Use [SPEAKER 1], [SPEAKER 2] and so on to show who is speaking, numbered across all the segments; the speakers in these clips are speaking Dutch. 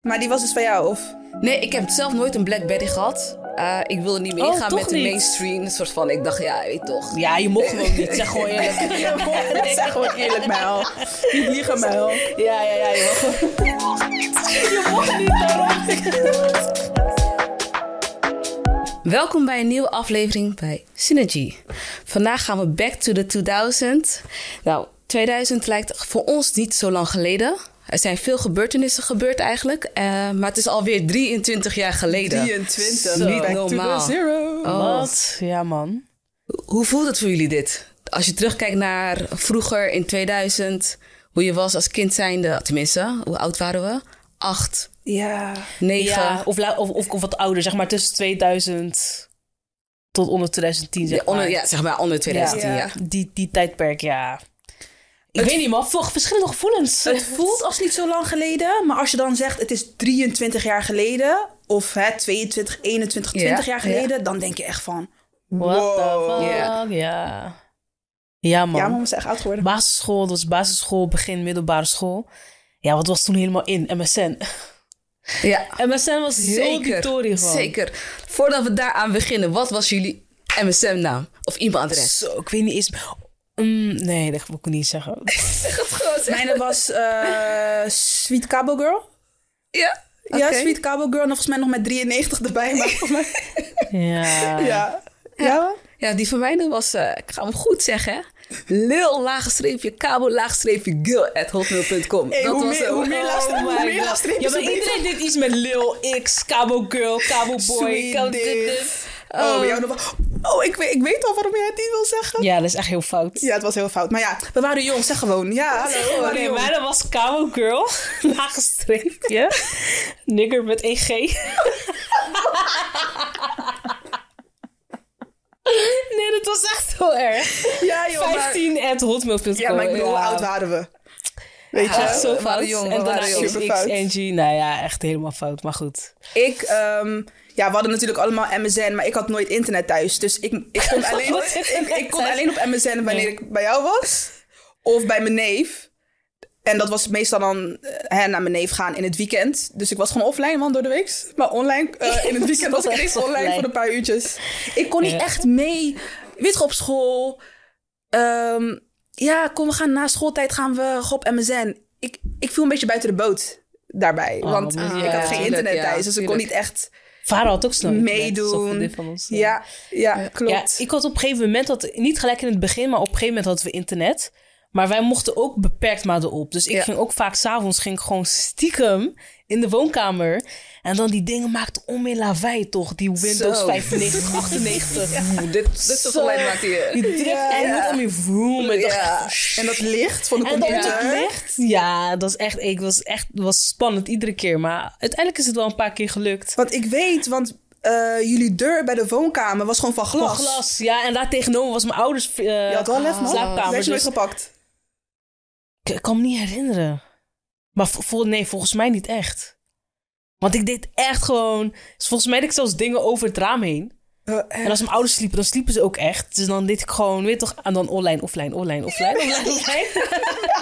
[SPEAKER 1] Maar die was dus van jou, of?
[SPEAKER 2] Nee, ik heb zelf nooit een Black Betty gehad. Eh, ik wilde niet meer
[SPEAKER 3] Oh,
[SPEAKER 2] ingaan
[SPEAKER 3] toch
[SPEAKER 2] met de
[SPEAKER 3] niet?
[SPEAKER 2] mainstream. Een soort van, ik dacht, ja, weet toch.
[SPEAKER 3] Ja, je mocht gewoon niet, zeg gewoon eerlijk.
[SPEAKER 1] Dat zeg gewoon eerlijk, mijl. Niet liegen, mijl.
[SPEAKER 3] Ja, ja, ja, je mag gewoon. Je mocht niet
[SPEAKER 2] Welkom bij een nieuwe aflevering bij Synergy. Vandaag gaan we back to the 2000. Nou, 2000 lijkt voor ons niet zo lang geleden. Er zijn veel gebeurtenissen gebeurd eigenlijk. eh, maar het is alweer 23 jaar geleden.
[SPEAKER 1] 23.
[SPEAKER 2] Zo.
[SPEAKER 1] Back
[SPEAKER 2] Normaal.
[SPEAKER 1] to the zero.
[SPEAKER 2] Oh.
[SPEAKER 3] Wat? Ja, man.
[SPEAKER 2] Hoe voelt het voor jullie dit? Als je terugkijkt naar vroeger in 2000, hoe je was als kind zijnde, tenminste, hoe oud waren we? Acht,
[SPEAKER 1] Ja.
[SPEAKER 2] negen.
[SPEAKER 3] Ja, of, la- of, of, of wat ouder, zeg maar tussen 2000 tot onder 2010, zeg
[SPEAKER 2] Ja, onder,
[SPEAKER 3] maar.
[SPEAKER 2] ja, zeg maar onder 2010, ja.
[SPEAKER 1] Ja.
[SPEAKER 3] Die, die tijdperk, ja. Ik weet niet, man. Voor verschillende gevoelens.
[SPEAKER 1] Het voelt als niet zo lang geleden, maar als je dan zegt het is 23 jaar geleden, of hè, 22, 21,
[SPEAKER 2] Ja,
[SPEAKER 1] 20 jaar
[SPEAKER 2] ja.
[SPEAKER 1] geleden, dan denk je echt van.
[SPEAKER 3] What
[SPEAKER 1] wow.
[SPEAKER 3] the fuck,
[SPEAKER 2] Ja.
[SPEAKER 3] ja. Ja, man.
[SPEAKER 1] Ja, maar we zijn echt oud geworden.
[SPEAKER 3] Basisschool, dat was basisschool, begin middelbare school. Ja, wat was toen helemaal in? MSN.
[SPEAKER 2] Ja,
[SPEAKER 3] MSN was heel die
[SPEAKER 2] zeker.
[SPEAKER 3] tory gewoon.
[SPEAKER 2] Zeker. Voordat we daaraan beginnen, wat was jullie MSM-naam of e-mailadres?
[SPEAKER 3] Zo, ik weet niet eens... Mm, nee, dat wil ik niet zeggen.
[SPEAKER 1] Mijne was eh, Sweet Cabo Girl.
[SPEAKER 2] Ja,
[SPEAKER 1] Ja,
[SPEAKER 2] oké.
[SPEAKER 1] Sweet Cabo Girl. En volgens mij nog met 93 erbij. Maar volgens mij-
[SPEAKER 3] ja.
[SPEAKER 1] ja. Ja.
[SPEAKER 2] Ja, die van mij dan was, eh, ik ga hem goed zeggen, hè? lil laagstreepje kabel laagstreepje gil at hotmail.com.
[SPEAKER 1] Hey, hoe meer-
[SPEAKER 2] hem.
[SPEAKER 1] hoe meer laagstreep-
[SPEAKER 3] Oh
[SPEAKER 1] hoe
[SPEAKER 3] my
[SPEAKER 1] meer
[SPEAKER 3] God.
[SPEAKER 1] laagstreepjes,
[SPEAKER 3] Ja, maar
[SPEAKER 1] hoe beter.
[SPEAKER 3] iedereen deed iets met Lil X, Cabo Girl, Cabo Boy.
[SPEAKER 1] Sweet
[SPEAKER 3] Cabo
[SPEAKER 1] dick. Oh, bij jou nog wel- oh ik, weet, ik weet al waarom jij het niet wil zeggen.
[SPEAKER 3] Ja, dat is echt heel fout.
[SPEAKER 1] Ja, het was heel fout. Maar ja, we waren jong. Zeg gewoon. Ja, hallo. we
[SPEAKER 3] Oké,
[SPEAKER 1] waren jong.
[SPEAKER 3] maar dat was Cabo Girl, lage streepje, nigger met een G. Nee, dat was echt heel erg.
[SPEAKER 1] Ja, joh. maar-
[SPEAKER 3] 15 at hotmail.com.
[SPEAKER 1] Ja, maar ik bedoel, hoe oud waren we? Weet je?
[SPEAKER 3] Echt zo
[SPEAKER 2] we waren
[SPEAKER 3] fout.
[SPEAKER 2] jong, we
[SPEAKER 3] en daarna
[SPEAKER 2] waren
[SPEAKER 1] jong.
[SPEAKER 3] X, X,
[SPEAKER 1] Superfout.
[SPEAKER 3] NG. Nou ja, echt helemaal fout, maar goed.
[SPEAKER 1] Ik, ehm, ja, we hadden natuurlijk allemaal MSN, maar ik had nooit internet thuis. Dus ik, ik, kon, alleen,
[SPEAKER 3] Wat zeg je
[SPEAKER 1] ik, ik kon
[SPEAKER 3] thuis?
[SPEAKER 1] alleen op MSN wanneer
[SPEAKER 3] Nee.
[SPEAKER 1] ik bij jou was. Of bij mijn neef. En dat was meestal dan eh, hè, naar mijn neef gaan in het weekend. Dus ik was gewoon offline, man, door de week. Maar online, eh, in het weekend was ik ineens online voor een paar uurtjes. Ik kon niet
[SPEAKER 3] Ja.
[SPEAKER 1] echt mee. Weet je, op school. ehm, ja, kom, we gaan na schooltijd gaan we gewoon op MSN. Ik, ik viel een beetje buiten de boot daarbij.
[SPEAKER 3] Oh,
[SPEAKER 1] want
[SPEAKER 3] maar
[SPEAKER 1] ik
[SPEAKER 3] ja, Oh,
[SPEAKER 1] had geen
[SPEAKER 2] tuurlijk,
[SPEAKER 1] internet
[SPEAKER 2] ja,
[SPEAKER 1] thuis, dus ik kon
[SPEAKER 2] tuurlijk.
[SPEAKER 1] niet echt...
[SPEAKER 3] Vader had ook snel internet,
[SPEAKER 1] Meedoen.
[SPEAKER 3] zoals dit van ons, eh.
[SPEAKER 1] Ja, ja,
[SPEAKER 3] Ja,
[SPEAKER 1] klopt.
[SPEAKER 3] ik had op een gegeven moment, dat, niet gelijk in het begin, maar op een gegeven moment hadden we internet. Maar wij mochten ook beperkt maar erop. Dus ik
[SPEAKER 2] Ja.
[SPEAKER 3] ging ook vaak s'avonds ging ik gewoon stiekem in de woonkamer. En dan die dingen maakten om in lawaai toch. Die Windows
[SPEAKER 2] Zo.
[SPEAKER 3] 95, 98.
[SPEAKER 2] Oeh, dit, dit soort
[SPEAKER 3] Zo.
[SPEAKER 2] geluid maakte je.
[SPEAKER 3] Die druk en
[SPEAKER 1] Ja.
[SPEAKER 3] niet om je vroom. En,
[SPEAKER 2] Ja.
[SPEAKER 1] En dat licht van de
[SPEAKER 3] oh, en dan
[SPEAKER 1] computer.
[SPEAKER 3] het licht. Ja, dat is echt, ik was echt was spannend iedere keer. Maar uiteindelijk is het wel een paar keer gelukt.
[SPEAKER 1] Want ik weet, want eh, jullie deur bij de woonkamer was gewoon van glas.
[SPEAKER 3] Van glas, ja. En daar tegenover was mijn ouders eh
[SPEAKER 1] Je had wel lef, man.
[SPEAKER 3] slaapkamer.
[SPEAKER 1] Werd je nooit
[SPEAKER 3] dus-
[SPEAKER 1] gepakt.
[SPEAKER 3] Ik, ik kan me niet herinneren. Maar vo- vol- nee, volgens mij niet echt. Want ik deed echt gewoon. dus Volgens mij deed ik zelfs dingen over het raam heen.
[SPEAKER 1] Eh,
[SPEAKER 3] En als mijn ouders sliepen, dan sliepen ze ook echt. Dus dan deed ik gewoon, weet toch, en dan online, offline, online, offline, online, offline.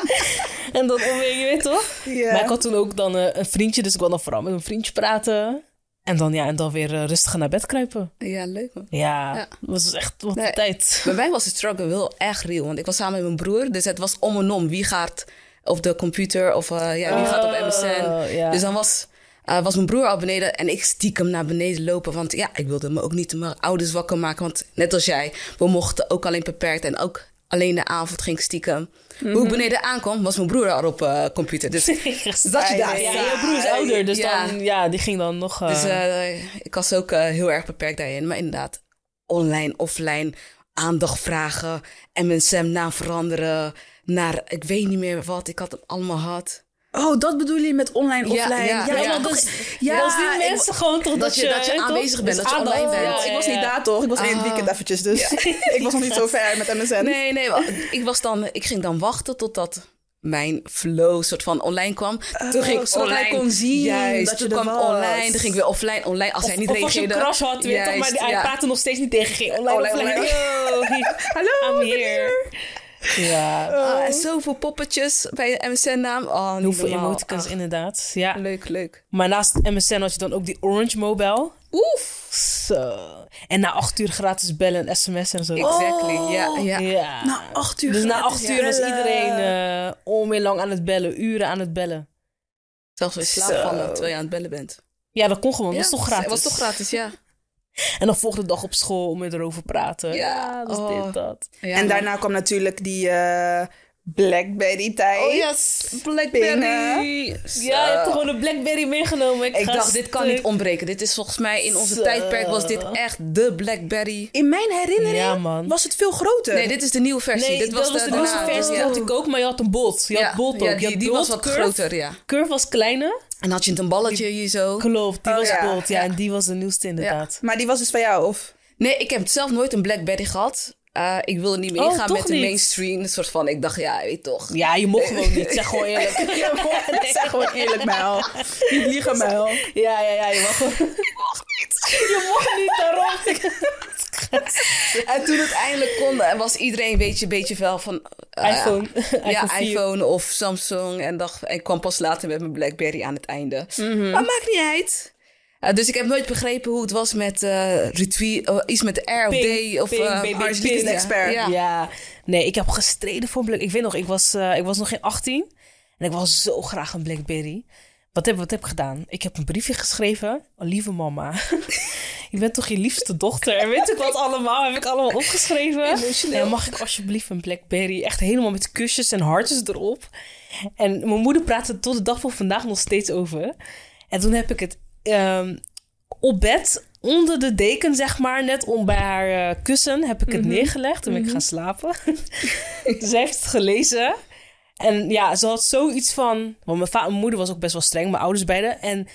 [SPEAKER 3] en dan, je weet toch?
[SPEAKER 1] ja.
[SPEAKER 3] Maar ik had toen ook dan eh, een vriendje, dus ik kon dan vooral met een vriendje praten. En dan, ja, en dan weer eh, rustig naar bed kruipen.
[SPEAKER 2] Ja, leuk man.
[SPEAKER 3] Ja,
[SPEAKER 2] Ja.
[SPEAKER 3] dat was echt wat een
[SPEAKER 2] Nee.
[SPEAKER 3] tijd.
[SPEAKER 2] Bij mij was de struggle wel echt real, want ik was samen met mijn broer, dus het was om en om. Wie gaat op de computer of eh, ja, wie gaat op MSN?
[SPEAKER 3] Oh, ja.
[SPEAKER 2] Dus dan was, eh, was mijn broer al beneden en ik stiekem naar beneden lopen, want ja, ik wilde me ook niet mijn ouders wakker maken, want net als jij, we mochten ook alleen beperkt en ook alleen de avond ging ik stiekem.
[SPEAKER 3] Mhm.
[SPEAKER 2] Hoe ik beneden aankwam, was mijn broer al op eh, computer, dus zat je daar.
[SPEAKER 3] Ja, jouw broer is ouder, dus
[SPEAKER 2] Ja.
[SPEAKER 3] dan, ja, die ging dan nog... eh,
[SPEAKER 2] Dus eh, ik was ook eh, heel erg beperkt daarin. Maar inderdaad, online, offline, aandacht vragen, MSM-naam veranderen naar ik weet niet meer wat. Ik had hem allemaal gehad.
[SPEAKER 1] Oh, dat bedoel je met online,
[SPEAKER 2] Ja,
[SPEAKER 1] offline.
[SPEAKER 2] ja, ja.
[SPEAKER 1] want
[SPEAKER 2] Dat
[SPEAKER 1] is-
[SPEAKER 3] Ja, als die
[SPEAKER 1] ik-
[SPEAKER 3] mensen gewoon toch dat,
[SPEAKER 2] je- dat je
[SPEAKER 3] toch?
[SPEAKER 2] aanwezig bent, dat je
[SPEAKER 3] aandacht.
[SPEAKER 2] online bent.
[SPEAKER 1] Oh, ik was niet daar toch? Ik was
[SPEAKER 3] Ah.
[SPEAKER 1] in het weekend eventjes, dus ik was nog niet zo ver met MSN.
[SPEAKER 2] Nee, nee, wa- ik, was dan, ik ging dan wachten totdat mijn flow soort van online kwam. toen ging ik
[SPEAKER 1] zodat hij
[SPEAKER 2] online.
[SPEAKER 1] kon zien
[SPEAKER 2] Juist,
[SPEAKER 1] dat je
[SPEAKER 2] toen
[SPEAKER 1] er
[SPEAKER 2] kwam ik
[SPEAKER 1] was.
[SPEAKER 2] online, toen ging ik weer offline, online. Als hij niet
[SPEAKER 3] Of als je een
[SPEAKER 2] reageerde.
[SPEAKER 3] crash had, weet je toch, maar
[SPEAKER 2] Juist,
[SPEAKER 3] hij
[SPEAKER 2] ja.
[SPEAKER 3] praatte nog steeds niet tegen geen online.
[SPEAKER 2] Online,
[SPEAKER 3] offline. Yo,
[SPEAKER 1] Hallo,
[SPEAKER 3] I'm
[SPEAKER 1] ik ben
[SPEAKER 3] here.
[SPEAKER 1] hier.
[SPEAKER 3] Ja.
[SPEAKER 2] Ah, en zoveel poppetjes bij de MSN-naam. Oh, niet
[SPEAKER 3] Hoeveel
[SPEAKER 2] normaal.
[SPEAKER 3] emoticons
[SPEAKER 2] Ach,
[SPEAKER 3] inderdaad. Ja.
[SPEAKER 2] Leuk, leuk.
[SPEAKER 3] Maar naast MSN had je dan ook die Orange Mobile.
[SPEAKER 2] Oef.
[SPEAKER 3] Zo. En na acht uur gratis bellen en sms'en en zo.
[SPEAKER 2] Exactly, ja.
[SPEAKER 3] Oh.
[SPEAKER 2] ja.
[SPEAKER 3] Ja.
[SPEAKER 1] Na acht uur.
[SPEAKER 3] dus na
[SPEAKER 1] gratis
[SPEAKER 3] acht uur was
[SPEAKER 1] bellen.
[SPEAKER 3] iedereen eh onweer lang aan het bellen. Uren aan het bellen.
[SPEAKER 2] Zelfs in slaap
[SPEAKER 1] Zo.
[SPEAKER 2] vallen terwijl je aan het bellen bent.
[SPEAKER 3] Ja, dat kon gewoon. Dat
[SPEAKER 2] Ja,
[SPEAKER 3] was toch gratis?
[SPEAKER 2] was toch gratis, ja.
[SPEAKER 3] En dan volgende dag op school om erover praten.
[SPEAKER 2] Ja.
[SPEAKER 3] dat is
[SPEAKER 2] Oh.
[SPEAKER 3] dit, dat.
[SPEAKER 2] Ja,
[SPEAKER 1] en
[SPEAKER 2] man.
[SPEAKER 1] daarna kwam natuurlijk die eh Blackberry-tijd.
[SPEAKER 2] Oh yes, Blackberry. Zo.
[SPEAKER 3] Ja, je hebt toch gewoon een Blackberry meegenomen. Ik,
[SPEAKER 2] Ik
[SPEAKER 3] ga
[SPEAKER 2] dacht, dit kan
[SPEAKER 3] stuk.
[SPEAKER 2] niet ontbreken. Dit is volgens mij in onze
[SPEAKER 3] Zo.
[SPEAKER 2] tijdperk was dit echt de Blackberry.
[SPEAKER 1] In mijn herinnering
[SPEAKER 3] Ja, man.
[SPEAKER 1] was het veel groter.
[SPEAKER 2] Nee, dit is de nieuwe versie.
[SPEAKER 3] Nee,
[SPEAKER 2] dit
[SPEAKER 3] dat was de nieuwste
[SPEAKER 2] daarna,
[SPEAKER 3] versie.
[SPEAKER 2] ja.
[SPEAKER 3] Dat had ik ook, maar je had een bot. Je
[SPEAKER 2] Ja,
[SPEAKER 3] had bot ook.
[SPEAKER 2] ja,
[SPEAKER 3] Je
[SPEAKER 2] die,
[SPEAKER 3] had
[SPEAKER 2] die
[SPEAKER 3] bot,
[SPEAKER 2] was wat
[SPEAKER 3] curve.
[SPEAKER 2] groter, ja.
[SPEAKER 3] Curve was kleiner.
[SPEAKER 2] En had je het een balletje hier zo?
[SPEAKER 3] Klopt, die
[SPEAKER 1] Oh,
[SPEAKER 3] was
[SPEAKER 1] ja.
[SPEAKER 3] bot. Ja, en die was de nieuwste inderdaad.
[SPEAKER 1] Maar die was dus van jou, of?
[SPEAKER 2] Nee, ik heb zelf nooit een Blackberry gehad. Eh, ik wilde niet meer
[SPEAKER 3] Oh,
[SPEAKER 2] ingaan
[SPEAKER 3] toch
[SPEAKER 2] met de
[SPEAKER 3] niet?
[SPEAKER 2] mainstream. Een soort van, ik dacht, ja, weet toch.
[SPEAKER 3] Ja, je mocht gewoon niet. Zeg gewoon eerlijk.
[SPEAKER 1] Ja, maar het zijn gewoon eerlijk mijl. Niet liegen mijl.
[SPEAKER 3] Ja, ja, ja, je mag gewoon. Je mocht niet daarom.
[SPEAKER 2] En toen het eindelijk kon, eh, was iedereen een beetje, beetje wel van... eh,
[SPEAKER 3] iPhone.
[SPEAKER 2] ja,
[SPEAKER 3] iPhone 4.
[SPEAKER 2] iPhone of Samsung. En dacht, ik kwam pas later met mijn Blackberry aan het einde.
[SPEAKER 3] Mhm.
[SPEAKER 2] Maar maakt niet uit. Eh, dus ik heb nooit begrepen hoe het was met eh retweet, eh, iets met de R of
[SPEAKER 3] Ping,
[SPEAKER 2] D. Of,
[SPEAKER 3] ping,
[SPEAKER 2] eh,
[SPEAKER 3] baby,
[SPEAKER 2] Arjen
[SPEAKER 3] ping.
[SPEAKER 2] is een expert.
[SPEAKER 1] Ja.
[SPEAKER 2] Ja.
[SPEAKER 3] Ja. nee, ik heb gestreden voor een Black. Ik weet nog, ik was, eh, ik was nog geen 18 en ik was zo graag een Blackberry. Wat heb, wat heb ik gedaan? Ik heb een briefje geschreven. Oh, lieve mama, je bent toch je liefste dochter? En weet ik wat allemaal? Heb ik allemaal opgeschreven?
[SPEAKER 2] Emotioneel.
[SPEAKER 3] Ja, mag ik alsjeblieft een Blackberry? Echt helemaal met kusjes en hartjes erop. En mijn moeder praatte er tot de dag van vandaag nog steeds over. En toen heb ik het ehm, op bed, onder de deken, zeg maar, net om bij haar eh, kussen, heb ik het
[SPEAKER 2] Mhm.
[SPEAKER 3] neergelegd. Toen ben ik gaan slapen. Zij heeft het gelezen. En ja, ze had zoiets van. Want mijn, va- mijn moeder was ook best wel streng, mijn ouders beide. En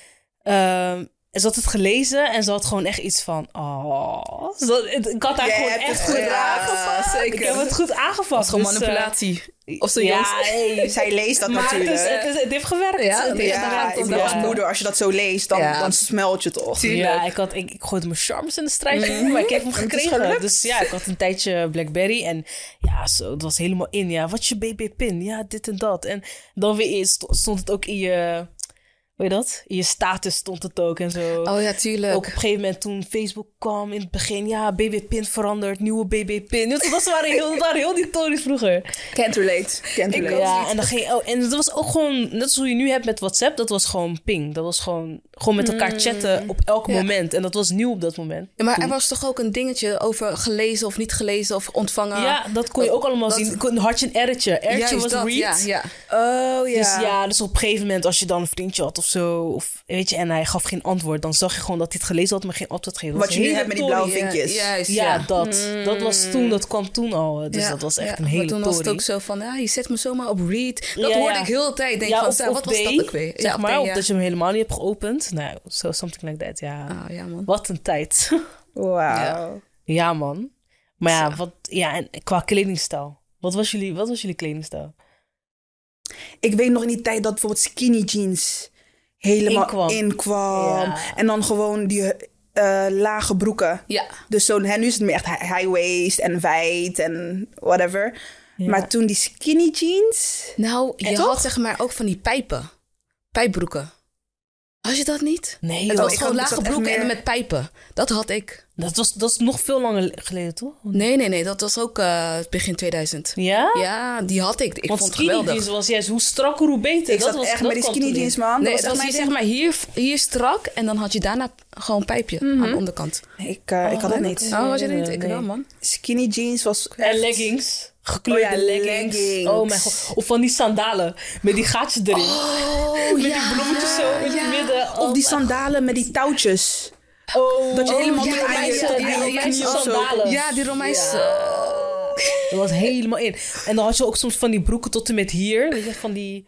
[SPEAKER 3] ehm, ze had het gelezen en ze had gewoon echt iets van. Oh. Ze had- het- ik had haar
[SPEAKER 1] Jij
[SPEAKER 3] gewoon
[SPEAKER 1] hebt
[SPEAKER 3] echt
[SPEAKER 1] het
[SPEAKER 3] goed
[SPEAKER 1] gedaan.
[SPEAKER 3] aangepakt.
[SPEAKER 2] Ja, zeker.
[SPEAKER 3] Ik heb het goed aangepast.
[SPEAKER 2] Gewoon
[SPEAKER 3] dus, eh,
[SPEAKER 2] manipulatie. of zo,
[SPEAKER 3] ja,
[SPEAKER 2] jongens.
[SPEAKER 1] Hey, zij leest dat
[SPEAKER 3] Maar het,
[SPEAKER 1] natuurlijk.
[SPEAKER 3] is, het, is, het heeft gewerkt.
[SPEAKER 2] Ja,
[SPEAKER 3] het
[SPEAKER 2] ja,
[SPEAKER 3] heeft
[SPEAKER 1] ja,
[SPEAKER 3] gewerkt
[SPEAKER 1] ik
[SPEAKER 2] het
[SPEAKER 1] bedoel,
[SPEAKER 2] is-
[SPEAKER 1] als
[SPEAKER 2] ja.
[SPEAKER 1] moeder, als je dat zo leest, dan,
[SPEAKER 2] Ja.
[SPEAKER 1] dan smelt je toch.
[SPEAKER 3] Ja, ik, had, ik, ik gooide mijn charms in de strijd, maar ik heb hem
[SPEAKER 1] Het is
[SPEAKER 3] gekregen.
[SPEAKER 1] gelukt.
[SPEAKER 3] Dus ja, ik had een tijdje Blackberry en ja, zo, het was helemaal in. Ja, wat is je BB-pin? Ja, dit en dat. En dan weer eerst sto- stond het ook in je, hoe je dat? In je status stond het ook en zo.
[SPEAKER 2] Oh ja, tuurlijk.
[SPEAKER 3] Ook op een gegeven moment toen Facebook kwam in het begin, ja, BB-pin veranderd, nieuwe BB-pin. Dus dat waren heel, dat waren heel die tories vroeger.
[SPEAKER 1] Can't relate. Can't relate.
[SPEAKER 3] Ja, en, dan ging, oh, en dat was ook gewoon, net zoals je nu hebt met WhatsApp, dat was gewoon ping. Dat was gewoon, gewoon met elkaar chatten op elk moment. En dat was nieuw op dat moment.
[SPEAKER 2] Ja, maar er was toch ook een dingetje over gelezen of niet gelezen of ontvangen.
[SPEAKER 3] ja, Ah. dat kon je ook allemaal
[SPEAKER 2] dat-
[SPEAKER 3] zien. Kon- Had je een erretje. Erretje
[SPEAKER 2] Juist
[SPEAKER 3] was
[SPEAKER 2] dat,
[SPEAKER 3] read.
[SPEAKER 2] Ja, ja.
[SPEAKER 1] Oh ja.
[SPEAKER 3] Dus ja, dus op een gegeven moment als je dan een vriendje had of zo, of, weet je, en hij gaf geen antwoord, dan zag je gewoon dat hij het gelezen had, maar geen antwoord gegeven. Dat
[SPEAKER 1] Wat je
[SPEAKER 3] was
[SPEAKER 1] nu
[SPEAKER 3] heel
[SPEAKER 1] hebt met die
[SPEAKER 3] tory.
[SPEAKER 1] blauwe vinkjes.
[SPEAKER 2] Ja, juist,
[SPEAKER 3] Ja, Mm.
[SPEAKER 2] ja.
[SPEAKER 3] dat. Dat was toen, dat kwam toen al. Dus
[SPEAKER 2] Ja,
[SPEAKER 3] dat was
[SPEAKER 2] ja.
[SPEAKER 3] echt een
[SPEAKER 2] Maar
[SPEAKER 3] hele
[SPEAKER 2] toen was het
[SPEAKER 3] tory.
[SPEAKER 2] ook zo van, ja, je zet me zomaar op read. Dat
[SPEAKER 3] Ja,
[SPEAKER 2] hoorde
[SPEAKER 3] ja.
[SPEAKER 2] ik heel de tijd. Denk
[SPEAKER 3] ja,
[SPEAKER 2] van,
[SPEAKER 3] of,
[SPEAKER 2] zo,
[SPEAKER 3] of
[SPEAKER 2] wat
[SPEAKER 3] D,
[SPEAKER 2] was dat ook weer?
[SPEAKER 3] Zeg
[SPEAKER 2] Ja,
[SPEAKER 3] maar,
[SPEAKER 2] D,
[SPEAKER 3] of
[SPEAKER 2] ja.
[SPEAKER 3] dat je hem helemaal niet hebt geopend. Nou, zo something like that, ja.
[SPEAKER 2] Ah, ja, man.
[SPEAKER 3] Wat een tijd.
[SPEAKER 1] Wauw.
[SPEAKER 3] ja, man. Maar ja, wat, ja, en qua kledingstijl. Wat was jullie, wat was jullie kledingstijl?
[SPEAKER 1] Ik weet nog in die tijd dat bijvoorbeeld skinny jeans helemaal
[SPEAKER 3] Inkwam.
[SPEAKER 1] inkwam.
[SPEAKER 3] Ja.
[SPEAKER 1] En dan gewoon die eh, lage broeken.
[SPEAKER 2] Ja,
[SPEAKER 1] Dus zo'n, hè, nu is het meer echt hi- high waist en wijd en whatever. Maar toen die skinny jeans.
[SPEAKER 2] nou, je
[SPEAKER 3] toch?
[SPEAKER 2] had zeg maar ook van die pijpen. Pijpbroeken. Had je dat niet?
[SPEAKER 3] Nee,
[SPEAKER 2] Het
[SPEAKER 3] joh.
[SPEAKER 1] had
[SPEAKER 2] was
[SPEAKER 1] ik
[SPEAKER 2] gewoon
[SPEAKER 1] had- ik
[SPEAKER 2] lage
[SPEAKER 1] had echt
[SPEAKER 2] broeken en
[SPEAKER 1] meer-
[SPEAKER 2] met pijpen. Dat had ik.
[SPEAKER 3] dat, was, dat is nog veel langer geleden, toch?
[SPEAKER 2] Nee, nee, nee. Dat was ook eh, begin 2000.
[SPEAKER 3] Ja?
[SPEAKER 2] Ja, die had ik. Ik
[SPEAKER 3] Want
[SPEAKER 2] vond het
[SPEAKER 3] skinny
[SPEAKER 2] geweldig.
[SPEAKER 3] jeans was juist hoe strakker, hoe beter.
[SPEAKER 1] Ik
[SPEAKER 3] dat
[SPEAKER 1] zat
[SPEAKER 3] was,
[SPEAKER 1] echt
[SPEAKER 3] dat
[SPEAKER 1] met die
[SPEAKER 3] kwam
[SPEAKER 1] skinny
[SPEAKER 3] toen in.
[SPEAKER 1] jeans, man.
[SPEAKER 2] Nee,
[SPEAKER 1] dat
[SPEAKER 2] het
[SPEAKER 1] was
[SPEAKER 2] was
[SPEAKER 1] echt mijn
[SPEAKER 2] hier,
[SPEAKER 1] ding.
[SPEAKER 2] zeg maar hier, hier strak en dan had je daarna gewoon pijpje aan
[SPEAKER 3] Mhm.
[SPEAKER 2] de onderkant.
[SPEAKER 1] Ik, eh, ik had dat niet.
[SPEAKER 2] Oh, had je dat niet? Ik
[SPEAKER 3] eh, Nee.
[SPEAKER 2] wel, man.
[SPEAKER 1] Skinny jeans was
[SPEAKER 3] En
[SPEAKER 1] echt-
[SPEAKER 3] leggings. Gekleurde
[SPEAKER 1] Oh ja,
[SPEAKER 3] leggings.
[SPEAKER 1] leggings.
[SPEAKER 3] Oh mijn god. Of van die sandalen met die gaatjes erin.
[SPEAKER 2] Oh,
[SPEAKER 3] met die blommetjes zo in het midden.
[SPEAKER 1] Of
[SPEAKER 3] Oh
[SPEAKER 1] die sandalen met die touwtjes.
[SPEAKER 3] Oh,
[SPEAKER 1] Dat je helemaal
[SPEAKER 2] ja,
[SPEAKER 1] tot aan je
[SPEAKER 2] meisje,
[SPEAKER 1] tot aan
[SPEAKER 2] ja,
[SPEAKER 1] je
[SPEAKER 2] ja,
[SPEAKER 1] knie
[SPEAKER 2] ja,
[SPEAKER 1] of zo.
[SPEAKER 3] sandalen.
[SPEAKER 2] Ja, die Romeinse.
[SPEAKER 3] Dat was helemaal in. En dan had je ook soms van die broeken tot en met hier. Weet je, van die...